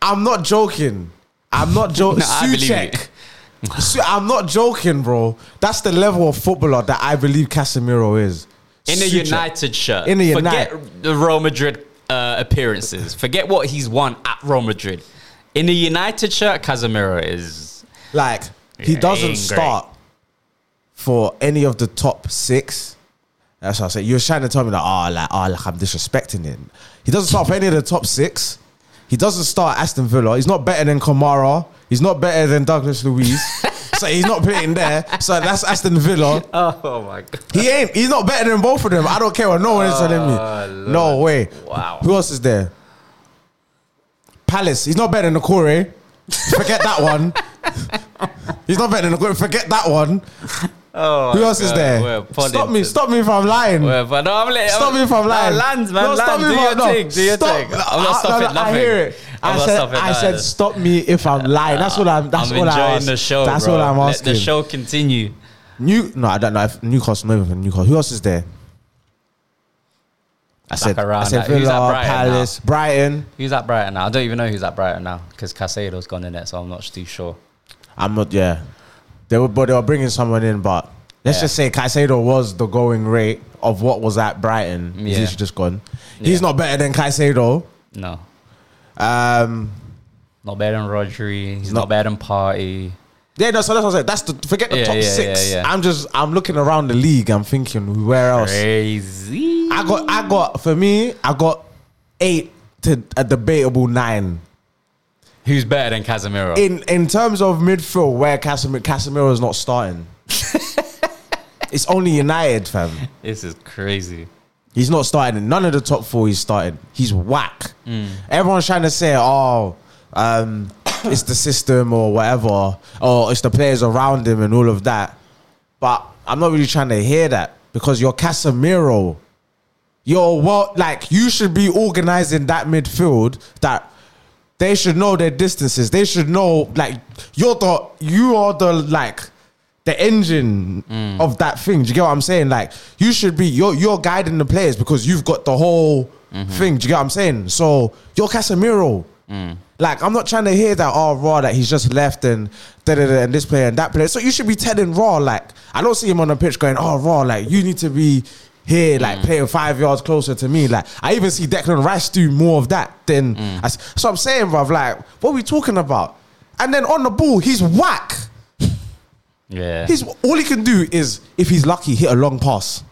[SPEAKER 2] I'm not joking. I'm
[SPEAKER 1] [LAUGHS]
[SPEAKER 2] not joking.
[SPEAKER 1] No, I believe
[SPEAKER 2] Suchek. Su- I'm not joking, bro. That's the level of footballer that I believe Casemiro is.
[SPEAKER 1] in a
[SPEAKER 2] Suchek.
[SPEAKER 1] United shirt,
[SPEAKER 2] In a
[SPEAKER 1] forget the Real Madrid uh, appearances. Forget what he's won at Real Madrid. In the United shirt, Casemiro is
[SPEAKER 2] Like he
[SPEAKER 1] Yeah,
[SPEAKER 2] doesn't
[SPEAKER 1] he ain't
[SPEAKER 2] start for any of the top six. That's what I say. You were trying to tell me that oh like oh like I'm disrespecting him. He doesn't start for any of the top six. He doesn't start at Aston Villa. He's not better than Kamara. He's not better than
[SPEAKER 1] [LAUGHS]
[SPEAKER 2] Douglas Luiz. so he's not playing there. So that's Aston Villa.
[SPEAKER 1] oh, my god.
[SPEAKER 2] He ain't. He's not better than both of them. I don't care what no one is telling me. No way.
[SPEAKER 1] Uh, Wow.
[SPEAKER 2] Who else is there? Palace. He's not better than Nakore. Forget that one. [LAUGHS] he's not better than Nakore. Forget that one.
[SPEAKER 1] Oh,
[SPEAKER 2] Who
[SPEAKER 1] my
[SPEAKER 2] else is
[SPEAKER 1] God. We're
[SPEAKER 2] there?
[SPEAKER 1] podding
[SPEAKER 2] Stop me.
[SPEAKER 1] to-
[SPEAKER 2] Stop me if I'm lying.
[SPEAKER 1] We're, but no, I'm let,
[SPEAKER 2] Stop
[SPEAKER 1] I'm,
[SPEAKER 2] me if I'm
[SPEAKER 1] No,
[SPEAKER 2] lying.
[SPEAKER 1] lands, man.
[SPEAKER 2] No, stop
[SPEAKER 1] lands.
[SPEAKER 2] me
[SPEAKER 1] Do
[SPEAKER 2] if
[SPEAKER 1] your
[SPEAKER 2] I'm- no,
[SPEAKER 1] thing. Do your
[SPEAKER 2] stop.
[SPEAKER 1] thing. I'm not
[SPEAKER 2] I-
[SPEAKER 1] stopping
[SPEAKER 2] no, no,
[SPEAKER 1] nothing.
[SPEAKER 2] I hear it.
[SPEAKER 1] I'm
[SPEAKER 2] I
[SPEAKER 1] not
[SPEAKER 2] said,
[SPEAKER 1] stopping
[SPEAKER 2] I said,
[SPEAKER 1] nothing.
[SPEAKER 2] stop me if I'm lying. That's what I'm. That's
[SPEAKER 1] I'm
[SPEAKER 2] all I
[SPEAKER 1] enjoying
[SPEAKER 2] ask.
[SPEAKER 1] the show.
[SPEAKER 2] That's
[SPEAKER 1] bro.
[SPEAKER 2] all I'm
[SPEAKER 1] Let
[SPEAKER 2] asking.
[SPEAKER 1] the show continue.
[SPEAKER 2] New. No, I don't know if Newcastle. Not even from Newcastle. Who else is there? I said.
[SPEAKER 1] Like around
[SPEAKER 2] I said
[SPEAKER 1] that. Who's
[SPEAKER 2] Villa,
[SPEAKER 1] at Brighton now?
[SPEAKER 2] Palace, Brighton.
[SPEAKER 1] Who's at Brighton now? I don't even know who's at Brighton now because Casado's gone in it, so I'm not too sure.
[SPEAKER 2] I'm not. Yeah, they were, but they were bringing someone in. But let's
[SPEAKER 1] Yeah.
[SPEAKER 2] just say Caicedo was the going rate of what was at Brighton. He's
[SPEAKER 1] Yeah.
[SPEAKER 2] literally just gone.
[SPEAKER 1] Yeah.
[SPEAKER 2] He's not better than Caicedo.
[SPEAKER 1] No,
[SPEAKER 2] Um,
[SPEAKER 1] not better than Rodri. He's
[SPEAKER 2] No.
[SPEAKER 1] not, better than Party.
[SPEAKER 2] yeah, no, so that's what I said. That's the forget the
[SPEAKER 1] Yeah,
[SPEAKER 2] top
[SPEAKER 1] yeah,
[SPEAKER 2] six.
[SPEAKER 1] yeah, yeah.
[SPEAKER 2] I'm just I'm looking around the league. I'm thinking where else?
[SPEAKER 1] Crazy.
[SPEAKER 2] I got I got for me. I got eight to a debatable nine.
[SPEAKER 1] Who's better than Casemiro?
[SPEAKER 2] in in terms of midfield where Casemiro Casemiro is not
[SPEAKER 1] [LAUGHS]
[SPEAKER 2] starting. it's only United, fam.
[SPEAKER 1] this is crazy.
[SPEAKER 2] He's not starting. in None of the top four he's starting. He's whack. Everyone's trying to say, oh, um, [COUGHS] it's the system or whatever, or it's the players around him and all of that. But I'm not really trying to hear that because you're Casemiro. You're well, like you should be organizing that midfield that they should know their distances. They should know like you're the you are the like the engine of that thing. Do you get what I'm saying? Like you should be you're you're guiding the players because you've got the whole thing. Do you get what I'm saying? So you're Casemiro. Like I'm not trying to hear that oh raw that he's just left and da da da and this player and that player. So you should be telling raw like I don't see him on the pitch going oh raw like you need to be here
[SPEAKER 1] Mm.
[SPEAKER 2] like playing five yards closer to me. Like I even see Declan Rice do more of that than
[SPEAKER 1] Mm.
[SPEAKER 2] I s- so I'm saying bruv like what we talking about? And then on the ball he's whack.
[SPEAKER 1] Yeah.
[SPEAKER 2] He's all he can do is if he's lucky hit a long pass.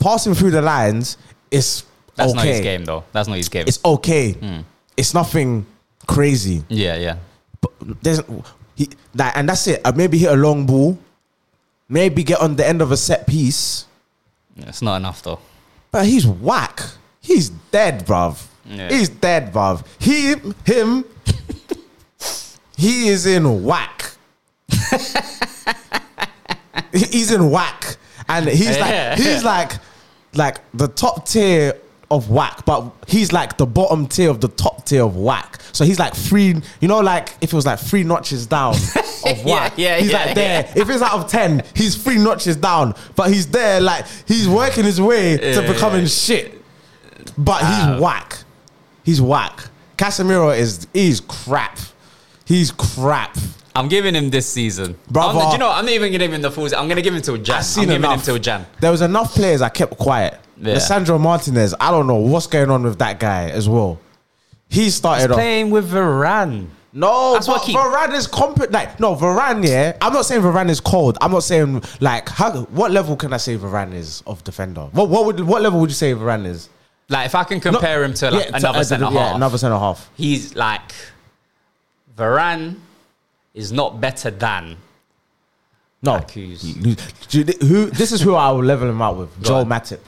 [SPEAKER 2] Passing through the lines is
[SPEAKER 1] Mm. That's
[SPEAKER 2] okay.
[SPEAKER 1] not his game, Mm. though. That's not his game.
[SPEAKER 2] It's okay. It's nothing crazy
[SPEAKER 1] yeah, yeah.
[SPEAKER 2] there's he that and that's it. Uh, maybe hit a long ball, maybe get on the end of a set piece.
[SPEAKER 1] It's not enough, though.
[SPEAKER 2] But he's whack. He's dead, bruv.
[SPEAKER 1] Yeah.
[SPEAKER 2] He's dead, bruv. He him he is in whack. [LAUGHS] He- he's in whack. And he's
[SPEAKER 1] Yeah.
[SPEAKER 2] like he's like like the top tier of whack, but he's like the bottom tier of the top tier of whack. So he's like three, you know, like if it was like three
[SPEAKER 1] [LAUGHS]
[SPEAKER 2] notches down of
[SPEAKER 1] Yeah,
[SPEAKER 2] whack.
[SPEAKER 1] yeah,
[SPEAKER 2] he's
[SPEAKER 1] yeah,
[SPEAKER 2] like there. If it's out of ten, he's three notches down, but he's there. Like he's working his way to
[SPEAKER 1] Yeah.
[SPEAKER 2] becoming shit. But
[SPEAKER 1] Wow.
[SPEAKER 2] he's whack. He's whack. Casemiro is he's crap. He's crap.
[SPEAKER 1] I'm giving him this season.
[SPEAKER 2] Brother.
[SPEAKER 1] I'm, do you know what? I'm not even going to give him the full season. I'm going to give him till Jan.
[SPEAKER 2] I seen
[SPEAKER 1] I'm giving
[SPEAKER 2] enough.
[SPEAKER 1] him till Jan.
[SPEAKER 2] There was enough players I kept quiet.
[SPEAKER 1] Yeah.
[SPEAKER 2] Lissandro Martinez. I don't know what's going on with that guy as well. He started off.
[SPEAKER 1] Playing with Varane.
[SPEAKER 2] No,
[SPEAKER 1] That's
[SPEAKER 2] but
[SPEAKER 1] what he-
[SPEAKER 2] Varane is comp. Like no, Varane. Yeah, I'm not saying Varane is cold. I'm not saying like how. What level can I say Varane is of defender? What what would what level would you say Varane is?
[SPEAKER 1] Like, if I can compare him to like
[SPEAKER 2] Yeah,
[SPEAKER 1] another
[SPEAKER 2] uh,
[SPEAKER 1] centre
[SPEAKER 2] yeah,
[SPEAKER 1] half,
[SPEAKER 2] Another centre half.
[SPEAKER 1] he's like Varane is not better than.
[SPEAKER 2] No.
[SPEAKER 1] Like who's-
[SPEAKER 2] You- you- Who? This is who I would level him out with. Joel
[SPEAKER 1] on.
[SPEAKER 2] Matip.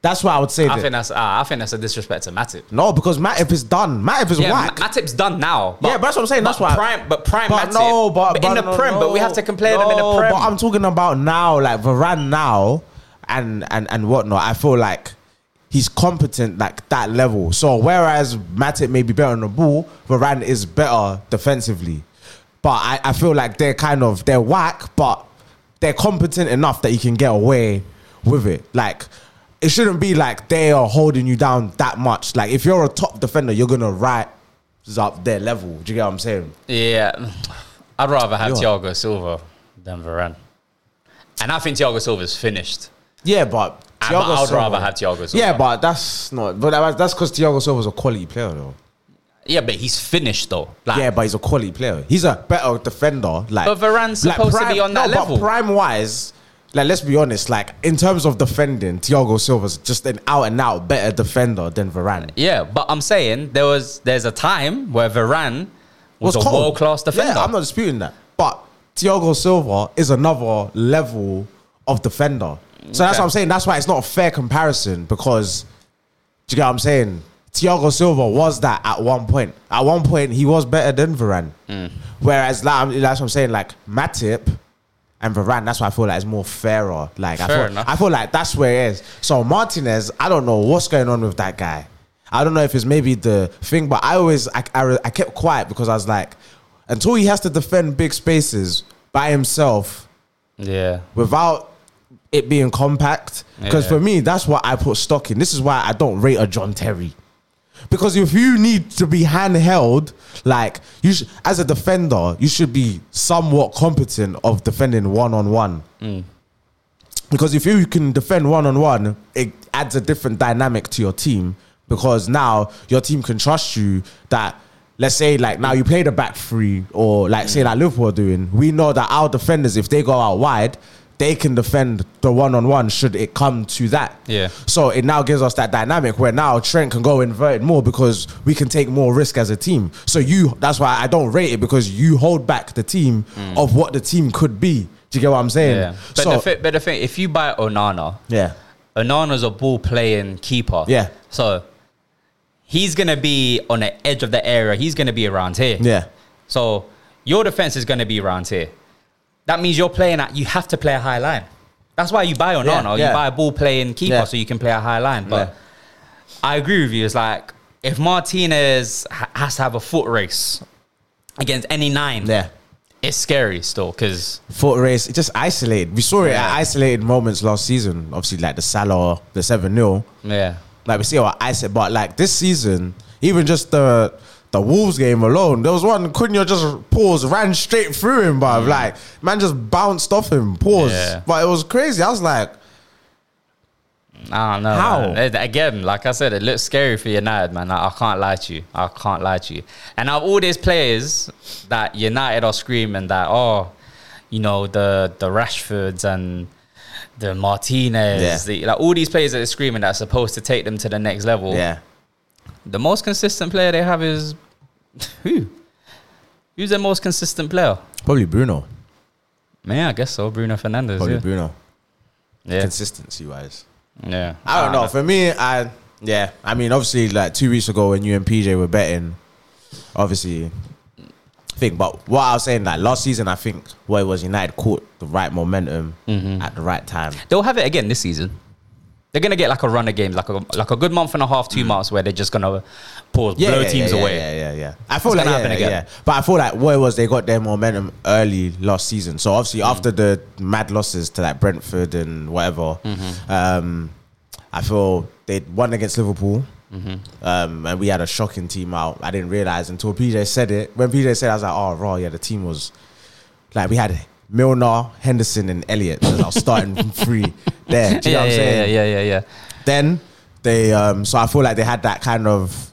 [SPEAKER 2] That's what I would say.
[SPEAKER 1] I
[SPEAKER 2] then.
[SPEAKER 1] think that's uh, I think that's a disrespect to Matip.
[SPEAKER 2] no, because Matip is done. Matip is
[SPEAKER 1] Yeah,
[SPEAKER 2] whack.
[SPEAKER 1] Ma- Matip's done now.
[SPEAKER 2] Yeah, but that's what I'm saying,
[SPEAKER 1] but
[SPEAKER 2] that's why-
[SPEAKER 1] Prime, but prime
[SPEAKER 2] but
[SPEAKER 1] Matip.
[SPEAKER 2] no, but,
[SPEAKER 1] in
[SPEAKER 2] but
[SPEAKER 1] the
[SPEAKER 2] no,
[SPEAKER 1] prem, but we have to compare them in
[SPEAKER 2] no,
[SPEAKER 1] the prem.
[SPEAKER 2] But I'm talking about now, like Varane now, and and and whatnot. I feel like he's competent, like that level. So whereas Matic may be better on the ball, Varane is better defensively. But I, I feel like they're kind of they're whack, but they're competent enough that you can get away with it. Like it shouldn't be like they are holding you down that much. Like if you're a top defender, you're gonna rise up their level. Do you get what I'm saying?
[SPEAKER 1] yeah, I'd rather have
[SPEAKER 2] You're-
[SPEAKER 1] Thiago Silva than Varane, and I think Thiago Silva's finished.
[SPEAKER 2] Yeah, but
[SPEAKER 1] Ah,
[SPEAKER 3] I, but I would
[SPEAKER 2] Thiago
[SPEAKER 3] rather
[SPEAKER 2] Silva.
[SPEAKER 3] have Thiago Silva.
[SPEAKER 2] Yeah, but that's not. But that- that's because Thiago Silva's a quality player, though.
[SPEAKER 3] yeah, but he's finished though. Like,
[SPEAKER 2] yeah, but he's a quality player. He's a better defender. Like,
[SPEAKER 1] But Varane's supposed to be on that level.
[SPEAKER 2] But prime wise, like let's be honest, like in terms of defending, Thiago Silva's just an out and out better defender than Varane.
[SPEAKER 1] Yeah, but I'm saying there was there's a time where Varane was, a
[SPEAKER 2] cold.
[SPEAKER 1] world class defender.
[SPEAKER 2] Yeah, I'm not disputing that. But Thiago Silva is another level of defender. So that's
[SPEAKER 1] Okay.
[SPEAKER 2] what I'm saying. That's why it's not a fair comparison because do you get what I'm saying? Thiago Silva was that at one point. At one point, he was better than Varane.
[SPEAKER 1] Mm.
[SPEAKER 2] Whereas like, I'm- that's what I'm saying. Like Matip and Varane, that's why I feel like it's more fairer. Like I
[SPEAKER 1] Fair
[SPEAKER 2] feel,
[SPEAKER 1] enough.
[SPEAKER 2] I feel like that's where it is. So Martinez, I don't know what's going on with that guy. I don't know if it's maybe the thing, but I always I, I, re- I kept quiet because I was like, until he has to defend big spaces by himself
[SPEAKER 1] yeah.
[SPEAKER 2] without it being compact. Because
[SPEAKER 1] Yeah.
[SPEAKER 2] for me, that's what I put stock in. This is why I don't rate a John Terry. Because if you need to be handheld, like you sh- as a defender, you should be somewhat competent of defending one on one. Because if you can defend one on one, it adds a different dynamic to your team. Because now your team can trust you that, let's say, like now you play the back three, or like say, like Liverpool are doing, we know that our defenders, if they go out wide, they can defend the one on one should it come to that.
[SPEAKER 1] Yeah.
[SPEAKER 2] So it now gives us that dynamic where now Trent can go inverted more because we can take more risk as a team. So you, that's why I don't rate it because you hold back the team of what the team could be. Do you get what I'm saying?
[SPEAKER 1] Mm. Yeah. But, the thi- but the thing, if you buy Onana,
[SPEAKER 2] yeah.
[SPEAKER 1] Onana's a ball playing keeper.
[SPEAKER 2] Yeah.
[SPEAKER 1] So he's going to be on the edge of the area. He's going to be around here.
[SPEAKER 2] Yeah.
[SPEAKER 1] So your defense is going to be around here. That means you're playing at, you have to play a high line. That's why you buy Onana.
[SPEAKER 2] Yeah, yeah.
[SPEAKER 1] You buy a ball playing keeper
[SPEAKER 2] Yeah.
[SPEAKER 1] so you can play a high line. But
[SPEAKER 2] Yeah.
[SPEAKER 1] I agree with you. It's like if Martinez ha- has to have a foot race against any nine,
[SPEAKER 2] Yeah.
[SPEAKER 1] it's scary still because.
[SPEAKER 2] Foot race, it just isolated. We saw it at
[SPEAKER 1] Yeah.
[SPEAKER 2] isolated moments last season. Obviously, like the Salah, the 7 0.
[SPEAKER 1] Yeah.
[SPEAKER 2] Like we see how isolated, but like this season, even just the the Wolves game alone, there was one Cunha just paused, ran straight through him, but like man just bounced off him, paused.
[SPEAKER 1] Mm. Yeah.
[SPEAKER 2] But it was crazy. I was like,
[SPEAKER 1] I don't know.
[SPEAKER 2] How?
[SPEAKER 1] man. It- Again, like I said, it looks scary for United, man. I I can't lie to you. I can't lie to you. And of all these players that United are screaming that, oh, you know, the the Rashfords and the Martinez,
[SPEAKER 2] Yeah.
[SPEAKER 1] the, like all these players that are screaming that are supposed to take them to the next level.
[SPEAKER 2] yeah,
[SPEAKER 1] The most consistent player they have is who? Who's their most consistent player?
[SPEAKER 2] probably Bruno,
[SPEAKER 1] Yeah, I guess so. Bruno Fernandez.
[SPEAKER 2] probably
[SPEAKER 1] Yeah.
[SPEAKER 2] Bruno,
[SPEAKER 1] Yeah.
[SPEAKER 2] consistency wise.
[SPEAKER 1] yeah.
[SPEAKER 2] I don't know. For me, I yeah. I mean, obviously, like two weeks ago when you and PJ were betting, obviously, thing. But what I was saying, like last season, I think where it was United caught the right momentum at the right time.
[SPEAKER 1] They'll have it again this season. They're gonna get like a run of games, like a like a good month and a half, two months where they're just gonna pause, blow teams
[SPEAKER 2] yeah,
[SPEAKER 1] away.
[SPEAKER 2] Yeah, yeah, yeah. I feel
[SPEAKER 1] It's
[SPEAKER 2] like
[SPEAKER 1] gonna
[SPEAKER 2] yeah,
[SPEAKER 1] happen again.
[SPEAKER 2] yeah. But I feel like where it was they got their momentum early last season. So obviously
[SPEAKER 1] Mm.
[SPEAKER 2] after the mad losses to like Brentford and whatever,
[SPEAKER 1] Mm-hmm.
[SPEAKER 2] um, I feel they won against Liverpool.
[SPEAKER 1] Mm-hmm.
[SPEAKER 2] Um, and we had a shocking team out. I didn't realize until PJ said it. When PJ said, it, I was like, "Oh, raw, yeah, the team was like we had Milner, Henderson, and Elliott as
[SPEAKER 1] [LAUGHS]
[SPEAKER 2] our starting three there." Do you know
[SPEAKER 1] yeah,
[SPEAKER 2] what I'm saying?
[SPEAKER 1] yeah, yeah, yeah, yeah.
[SPEAKER 2] then they um so i feel like they had that kind of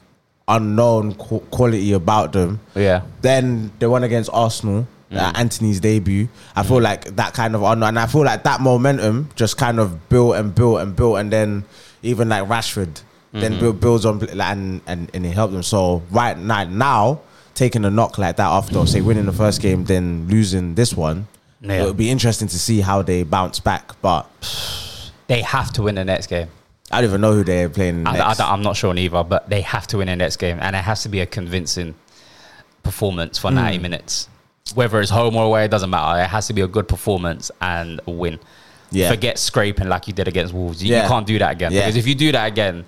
[SPEAKER 2] unknown qu- quality about them
[SPEAKER 1] Yeah. Mm.
[SPEAKER 2] then they won against arsenal uh, anthony's debut i feel like that kind of unknown and i feel like that momentum just kind of built and built and built and then even like rashford then
[SPEAKER 1] Mm-hmm.
[SPEAKER 2] build, builds on pl- like, and, and and it helped them so right now now taking a knock like that after say winning the first game then losing this one
[SPEAKER 1] Yeah.
[SPEAKER 2] it would be interesting to see how they bounce back but
[SPEAKER 1] They have to win the next game.
[SPEAKER 2] i don't even know who they're playing
[SPEAKER 1] I,
[SPEAKER 2] next.
[SPEAKER 1] I, I'm not sure either, but they have to win the next game, and it has to be a convincing performance for 90 minutes. Whether it's home or away, it doesn't matter. It has to be a good performance and a win.
[SPEAKER 2] Yeah.
[SPEAKER 1] Forget scraping like you did against Wolves. You, you
[SPEAKER 2] Yeah.
[SPEAKER 1] can't do that again
[SPEAKER 2] Yeah.
[SPEAKER 1] because if you do that again,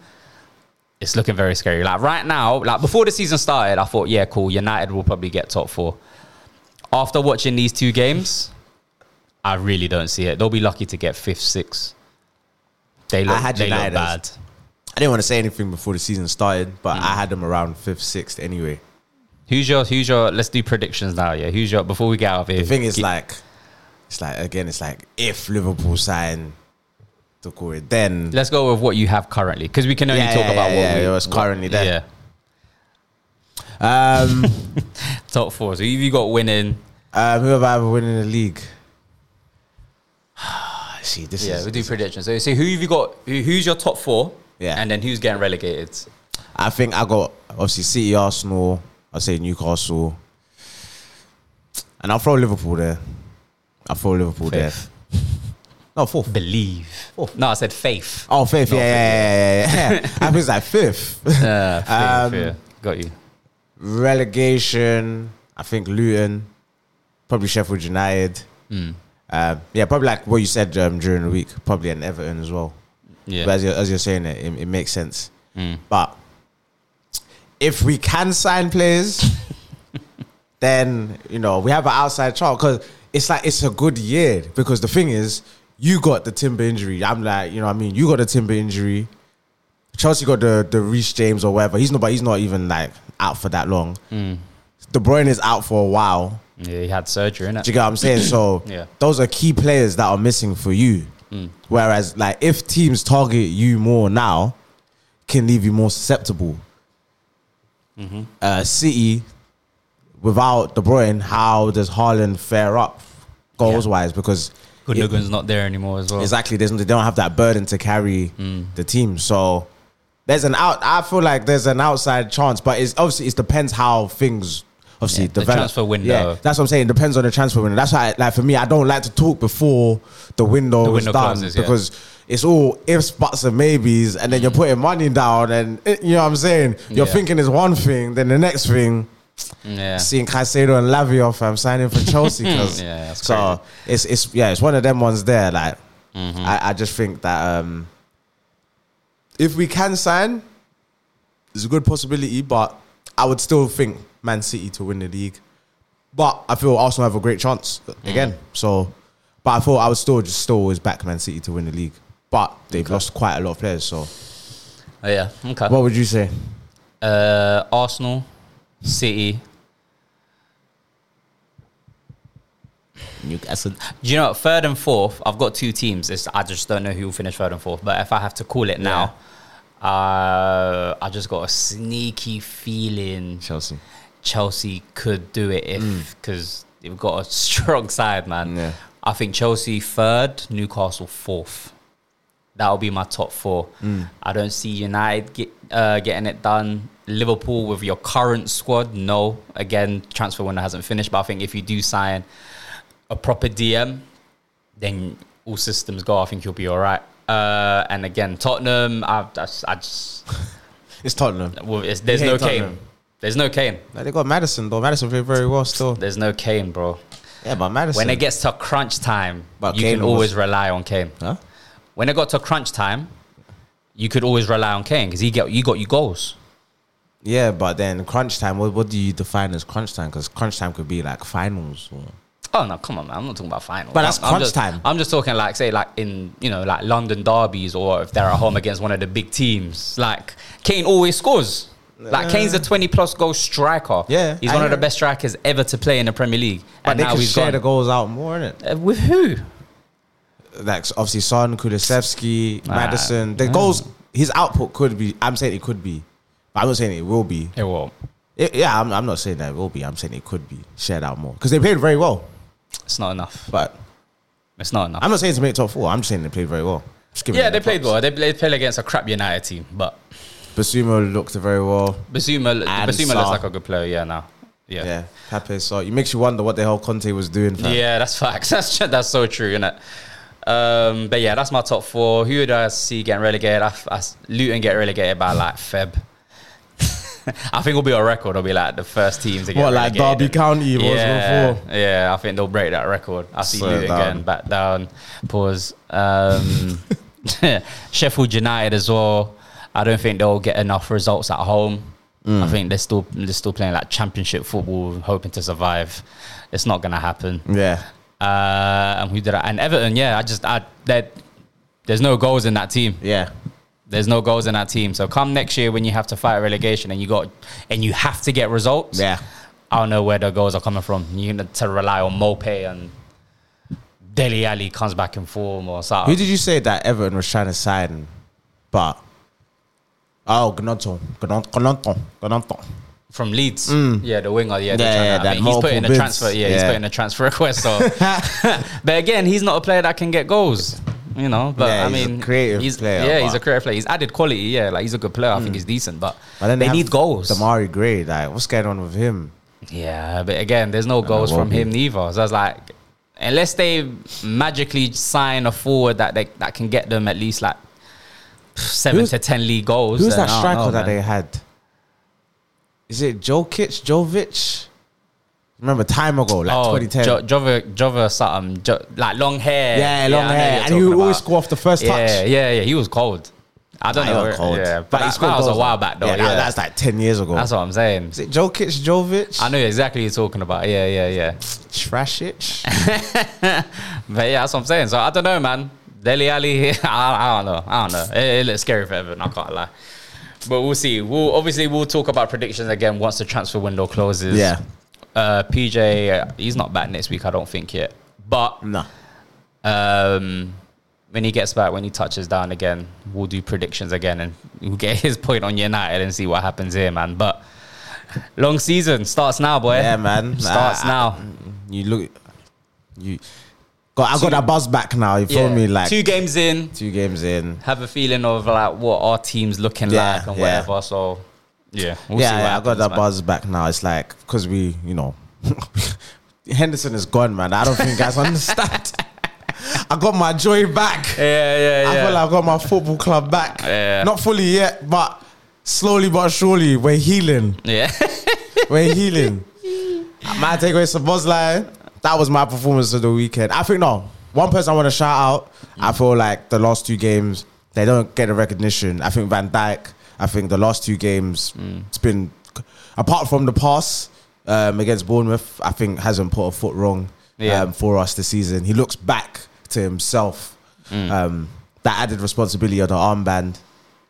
[SPEAKER 1] it's looking very scary. Like right now, like before the season started, I thought, yeah, cool. United will probably get top four. After watching these two games, I really don't see it. They'll be lucky to get fifth, sixth. They look,
[SPEAKER 2] had
[SPEAKER 1] they look
[SPEAKER 2] United as-
[SPEAKER 1] bad.
[SPEAKER 2] I didn't want to say anything before the season started, but
[SPEAKER 1] Mm.
[SPEAKER 2] I had them around fifth, sixth anyway.
[SPEAKER 1] Who's your who's your let's do predictions now, yeah. Who's your before we get out of here?
[SPEAKER 2] The thing is,
[SPEAKER 1] get-
[SPEAKER 2] like, it's like again, it's like if Liverpool sign to call it then.
[SPEAKER 1] Let's go with what you have currently because we can only
[SPEAKER 2] Yeah,
[SPEAKER 1] talk
[SPEAKER 2] yeah,
[SPEAKER 1] about
[SPEAKER 2] yeah,
[SPEAKER 1] what
[SPEAKER 2] yeah,
[SPEAKER 1] we,
[SPEAKER 2] it was currently
[SPEAKER 1] what-
[SPEAKER 2] there. Um,
[SPEAKER 1] Yeah, [LAUGHS] top four. So you got winning.
[SPEAKER 2] um, who have I ever won in the league? [SIGHS] See, this
[SPEAKER 1] Yeah,
[SPEAKER 2] is.
[SPEAKER 1] we do predictions. So you see who have you got? Who, who's your top four?
[SPEAKER 2] Yeah.
[SPEAKER 1] and then who's getting relegated?
[SPEAKER 2] I think I got obviously City, Arsenal. I say Newcastle, and I'll throw Liverpool there. I'll throw Liverpool
[SPEAKER 1] Faith.
[SPEAKER 2] there. No fourth.
[SPEAKER 1] Believe. No, I said
[SPEAKER 2] [LAUGHS]
[SPEAKER 1] faith.
[SPEAKER 2] Oh, fifth. Yeah, yeah, yeah, yeah, [LAUGHS] yeah. I was like fifth.
[SPEAKER 1] Uh, faith,
[SPEAKER 2] Um,
[SPEAKER 1] yeah. Got you.
[SPEAKER 2] relegation. I think Luton, probably Sheffield United. Um, yeah, probably like what you said um, during the week. Probably an Everton as well.
[SPEAKER 1] Yeah.
[SPEAKER 2] But as you're, as you're saying it, it, it makes sense. But if we can sign players, then you know we have an outside chance because it's like it's a good year. Because the thing is, you got the timber injury. I'm like, you know, what I mean, you got the timber injury. Chelsea got the the Reece James or whatever. He's not, but he's not even like out for that long. De Bruyne is out for a while.
[SPEAKER 1] yeah, he had surgery, innit?
[SPEAKER 2] Do you get what I'm saying? So
[SPEAKER 1] Yeah.
[SPEAKER 2] those are key players that are missing for you. Whereas, like, if teams target you more now, can leave you more susceptible. Uh, City, without De Bruyne, how does Haaland fare up goals wise? Because it-
[SPEAKER 1] Gundogan's not there anymore as well.
[SPEAKER 2] Exactly. There's, they don't have that burden to carry
[SPEAKER 1] Mm.
[SPEAKER 2] the team. So there's an out. I feel like there's an outside chance, but it's obviously it depends how things obviously
[SPEAKER 1] Yeah, the
[SPEAKER 2] develop.
[SPEAKER 1] transfer window.
[SPEAKER 2] Yeah, that's what I'm saying. It depends on the transfer window. That's why, like for me, I don't like to talk before the window,
[SPEAKER 1] The
[SPEAKER 2] is
[SPEAKER 1] window
[SPEAKER 2] done
[SPEAKER 1] closes, yeah.
[SPEAKER 2] because. It's all ifs, buts, and maybes, and then you're putting money down, and eh, you know what I'm saying. You're
[SPEAKER 1] Yeah.
[SPEAKER 2] thinking it's one thing, then the next thing,
[SPEAKER 1] Yeah.
[SPEAKER 2] seeing Caicedo and Lavia off, I'm signing for Chelsea.
[SPEAKER 1] [LAUGHS]
[SPEAKER 2] 'cause-
[SPEAKER 1] Yeah, that's
[SPEAKER 2] so it's it's yeah, it's one of them ones there. Like
[SPEAKER 1] Mm-hmm.
[SPEAKER 2] I, I just think that um, if we can sign, it's a good possibility, but I would still think Man City to win the league. But I feel Arsenal have a great chance
[SPEAKER 1] Mm.
[SPEAKER 2] again. So, but I thought I would still just still always back Man City to win the league. But they've lost quite a lot of players. So,
[SPEAKER 1] Oh, yeah. Okay.
[SPEAKER 2] what would you say?
[SPEAKER 1] Uh, Arsenal, City.
[SPEAKER 2] Newcastle.
[SPEAKER 1] Do you know what? third and fourth? I've got two teams. It's, I just don't know who will finish third and fourth. But if I have to call it now, uh, I just got a sneaky feeling
[SPEAKER 2] Chelsea.
[SPEAKER 1] Chelsea could do it if because they've got a [LAUGHS] strong side, man.
[SPEAKER 2] Mm. Yeah.
[SPEAKER 1] I think Chelsea third, Newcastle fourth. That'll be my top four.
[SPEAKER 2] Mm.
[SPEAKER 1] I don't see United get, uh, getting it done. Liverpool with your current squad, no. Again, transfer window hasn't finished, but I think if you do sign a proper DM, then all systems go. I think you'll be all right. Uh, and again, Tottenham, I, I, just- I just
[SPEAKER 2] It's Tottenham.
[SPEAKER 1] well, it's, there's
[SPEAKER 2] hate
[SPEAKER 1] no
[SPEAKER 2] Tottenham.
[SPEAKER 1] Kane. There's no Kane.
[SPEAKER 2] Like, they got Madison though. Madison played very well still.
[SPEAKER 1] There's no Kane, bro.
[SPEAKER 2] Yeah, but Madison.
[SPEAKER 1] When it gets to crunch time,
[SPEAKER 2] But
[SPEAKER 1] you
[SPEAKER 2] Kane
[SPEAKER 1] can
[SPEAKER 2] was-
[SPEAKER 1] always rely on Kane.
[SPEAKER 2] Huh?
[SPEAKER 1] When it got to crunch time, you could always rely on Kane because he get you got you goals.
[SPEAKER 2] Yeah, but then crunch time. What, what do you define as crunch time? Because crunch time could be like finals. Or,
[SPEAKER 1] Oh no, come on, man! I'm not talking about finals.
[SPEAKER 2] But that's
[SPEAKER 1] I'm, I'm
[SPEAKER 2] crunch
[SPEAKER 1] just-
[SPEAKER 2] time.
[SPEAKER 1] I'm just talking like say like in you know like London derbies or if they're at home against one of the big teams. Like Kane always scores. Like Kane's a 20 plus goal striker.
[SPEAKER 2] Yeah,
[SPEAKER 1] he's
[SPEAKER 2] I
[SPEAKER 1] one of
[SPEAKER 2] hear
[SPEAKER 1] the
[SPEAKER 2] it.
[SPEAKER 1] best strikers ever to play in the Premier League.
[SPEAKER 2] but
[SPEAKER 1] and
[SPEAKER 2] they
[SPEAKER 1] now
[SPEAKER 2] can
[SPEAKER 1] he's
[SPEAKER 2] share
[SPEAKER 1] gone
[SPEAKER 2] the goals out more, innit?
[SPEAKER 1] Uh, with who?
[SPEAKER 2] Like so obviously Son, Kulisevsky,
[SPEAKER 1] Ah,
[SPEAKER 2] Madison. The goals, his output could be. I'm saying it could be. But I'm not saying it will be.
[SPEAKER 1] It won't.
[SPEAKER 2] It- yeah, I'm, I'm not saying that it will be. I'm saying it could be shared out more because they played very well.
[SPEAKER 1] It's not enough.
[SPEAKER 2] But
[SPEAKER 1] It's not enough.
[SPEAKER 2] I'm not saying to make top four. I'm just saying they played very well. Just giving
[SPEAKER 1] yeah,
[SPEAKER 2] them
[SPEAKER 1] they
[SPEAKER 2] the
[SPEAKER 1] played
[SPEAKER 2] props.
[SPEAKER 1] well. They, they played against a crap United team, but
[SPEAKER 2] Basuma looked very well.
[SPEAKER 1] Basuma,
[SPEAKER 2] And
[SPEAKER 1] Basuma looks
[SPEAKER 2] Sar.
[SPEAKER 1] like a good player. Yeah, now. Yeah. yeah.
[SPEAKER 2] Yeah, Pepe. So it makes you wonder what the hell Conte was doing. fam.
[SPEAKER 1] that's facts. [LAUGHS] That's tr- that's so true, isn't it? Um, but yeah, that's my top four. Who would I see getting relegated? I, f- I s- Luton get relegated by like Feb. [LAUGHS] I think it'll be a record. It'll be like the first teams to get
[SPEAKER 2] What, like
[SPEAKER 1] relegated.
[SPEAKER 2] Derby County was
[SPEAKER 1] Yeah,
[SPEAKER 2] before?
[SPEAKER 1] yeah, I think they'll break that record. I see
[SPEAKER 2] Slow
[SPEAKER 1] Luton
[SPEAKER 2] down.
[SPEAKER 1] getting back down. Pause.
[SPEAKER 2] [LAUGHS]
[SPEAKER 1] Um, [LAUGHS] Sheffield United as well. I don't think they'll get enough results at home.
[SPEAKER 2] Mm.
[SPEAKER 1] I think they're still they're still playing like championship football, hoping to survive. It's not gonna happen.
[SPEAKER 2] Yeah.
[SPEAKER 1] Uh, and who did I? And Everton. Yeah, I just I that there's no goals in that team.
[SPEAKER 2] Yeah.
[SPEAKER 1] There's no goals in that team. So come next year when you have to fight relegation and you got and you have to get results.
[SPEAKER 2] Yeah.
[SPEAKER 1] I don't know where the goals are coming from. You need to rely on Mope and Deli Ali comes back in form or
[SPEAKER 2] Who
[SPEAKER 1] something.
[SPEAKER 2] did you say that Everton was trying to sign? But oh, Gnonton, Gnonton, Gnonton, Gnonton.
[SPEAKER 1] from Leeds. Yeah, the winger. Yeah,
[SPEAKER 2] Mm. Yeah,
[SPEAKER 1] yeah,
[SPEAKER 2] yeah,
[SPEAKER 1] yeah
[SPEAKER 2] that
[SPEAKER 1] he's put in
[SPEAKER 2] multiple
[SPEAKER 1] a
[SPEAKER 2] bids.
[SPEAKER 1] transfer. Yeah, he's
[SPEAKER 2] Yeah.
[SPEAKER 1] put in a transfer request.
[SPEAKER 2] [LAUGHS]
[SPEAKER 1] So, but again, he's not a player that can get goals. You know, but
[SPEAKER 2] Yeah,
[SPEAKER 1] I
[SPEAKER 2] he's a
[SPEAKER 1] mean,
[SPEAKER 2] creative
[SPEAKER 1] he's-
[SPEAKER 2] player,
[SPEAKER 1] Yeah, he's
[SPEAKER 2] but-
[SPEAKER 1] a
[SPEAKER 2] Mm.
[SPEAKER 1] creative player. He's added quality. Yeah, like he's a good player. I think he's decent, but,
[SPEAKER 2] But then
[SPEAKER 1] they,
[SPEAKER 2] have
[SPEAKER 1] need goals.
[SPEAKER 2] Damari Gray, like what's going on with him?
[SPEAKER 1] yeah, but again, there's no goals
[SPEAKER 2] won't
[SPEAKER 1] from him neither. So I was like, unless they magically sign a forward that they, that can get them at least like seven
[SPEAKER 2] Who's-
[SPEAKER 1] to ten league goals.
[SPEAKER 2] Who's
[SPEAKER 1] then
[SPEAKER 2] that
[SPEAKER 1] I don't
[SPEAKER 2] striker
[SPEAKER 1] know,
[SPEAKER 2] that
[SPEAKER 1] man.
[SPEAKER 2] they had? Is it Jokic, Jovic? Remember time ago, like 2010.
[SPEAKER 1] Oh, Jo- Jova, Jova something, jo- like long hair.
[SPEAKER 2] yeah, long
[SPEAKER 1] I know
[SPEAKER 2] hair,
[SPEAKER 1] you're
[SPEAKER 2] and he would
[SPEAKER 1] talking
[SPEAKER 2] always
[SPEAKER 1] about.
[SPEAKER 2] score off the first touch.
[SPEAKER 1] Yeah, yeah, yeah. He was cold. I don't
[SPEAKER 2] Nah, he
[SPEAKER 1] know.
[SPEAKER 2] wasn't
[SPEAKER 1] where-
[SPEAKER 2] cold.
[SPEAKER 1] Yeah, but,
[SPEAKER 2] he
[SPEAKER 1] that,
[SPEAKER 2] scored
[SPEAKER 1] that was a
[SPEAKER 2] goals,
[SPEAKER 1] while
[SPEAKER 2] though.
[SPEAKER 1] back though.
[SPEAKER 2] Yeah,
[SPEAKER 1] Yeah,
[SPEAKER 2] that- that's like ten years ago.
[SPEAKER 1] that's what I'm saying.
[SPEAKER 2] Is it Jokic, Jovic?
[SPEAKER 1] [LAUGHS] I know exactly what you're talking about. Yeah, yeah, yeah.
[SPEAKER 2] Trash it.
[SPEAKER 1] [LAUGHS] But yeah, that's what I'm saying. So I don't know, man. Deli Ali, [LAUGHS] I, I don't know. I don't know. It, it looks scary for Everton. I can't lie. But we'll see. We'll obviously we'll talk about predictions again once the transfer window closes.
[SPEAKER 2] Yeah.
[SPEAKER 1] Uh, PJ, uh, he's not back next week. I don't think yet. But
[SPEAKER 2] no.
[SPEAKER 1] um, when he gets back, when he touches down again, we'll do predictions again and we'll get his point on United and see what happens here, man. But long season starts now, boy.
[SPEAKER 2] Yeah, man.
[SPEAKER 1] Starts
[SPEAKER 2] I- I-
[SPEAKER 1] now.
[SPEAKER 2] You look. You. Got, I got that buzz back now. You feel
[SPEAKER 1] Yeah.
[SPEAKER 2] me? Like
[SPEAKER 1] two games in,
[SPEAKER 2] two games in.
[SPEAKER 1] have a feeling of like what our team's looking
[SPEAKER 2] Yeah,
[SPEAKER 1] like and
[SPEAKER 2] yeah.
[SPEAKER 1] whatever. So yeah, we'll
[SPEAKER 2] yeah,
[SPEAKER 1] see what
[SPEAKER 2] yeah, I got
[SPEAKER 1] happens,
[SPEAKER 2] that
[SPEAKER 1] man.
[SPEAKER 2] buzz back now. It's like because we, you know, [LAUGHS] Henderson is gone, man. I don't think you guys understand. [LAUGHS] I got my joy back.
[SPEAKER 1] Yeah, yeah,
[SPEAKER 2] I
[SPEAKER 1] yeah.
[SPEAKER 2] feel like I got my football club back.
[SPEAKER 1] Yeah.
[SPEAKER 2] Not fully yet, but slowly but surely we're healing.
[SPEAKER 1] [LAUGHS] yeah.
[SPEAKER 2] We're healing. my takeaway is a buzz line. That was my performance of the weekend. I think no. One person I want to shout out. I feel like the last two games they don't get the recognition. I think Van Dijk. I think the last two games it's been apart from the pass um, against Bournemouth. I think hasn't put a foot wrong
[SPEAKER 1] Yeah.
[SPEAKER 2] um, for us this season. He looks back to himself. Um, that added responsibility of the armband.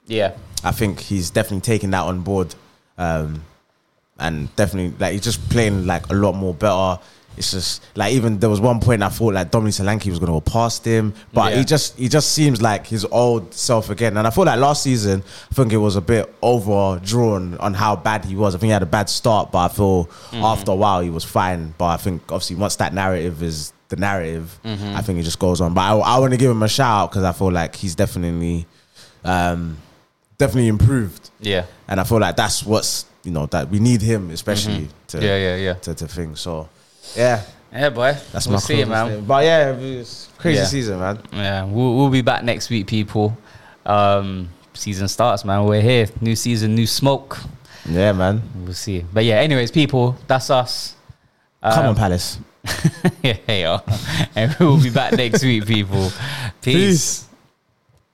[SPEAKER 1] yeah.
[SPEAKER 2] I think he's definitely taking that on board, um, and definitely like he's just playing like a lot more better. It's just like even there was one point I thought like Dominic Solanke was going to go past him, but he
[SPEAKER 1] Yeah.
[SPEAKER 2] just he just seems like his old self again. And I feel like last season I think it was a bit overdrawn on how bad he was. I think he had a bad start, but I feel after a while he was fine. But I think obviously once that narrative is the narrative, I think it just goes on. But I, I want to give him a shout out because I feel like he's definitely. Um, definitely improved.
[SPEAKER 1] Yeah.
[SPEAKER 2] And I feel like that's what's you know that we need him especially to,
[SPEAKER 1] Mm-hmm. Yeah, yeah, yeah.
[SPEAKER 2] to to thing. So yeah,
[SPEAKER 1] Yeah, boy.
[SPEAKER 2] that's
[SPEAKER 1] we'll
[SPEAKER 2] my
[SPEAKER 1] see,
[SPEAKER 2] closing
[SPEAKER 1] man.
[SPEAKER 2] statement. But yeah, it's crazy
[SPEAKER 1] Yeah.
[SPEAKER 2] season, man.
[SPEAKER 1] Yeah, we'll, we'll be back next week, people. Um, season starts, man. We're here. New season, new smoke.
[SPEAKER 2] Yeah, man.
[SPEAKER 1] We'll see. But yeah, anyways, people, that's us. [LAUGHS] Um,
[SPEAKER 2] Come on, Palace.
[SPEAKER 1] yeah, hey, yo. and we'll be back next week, people. Peace.
[SPEAKER 2] Peace.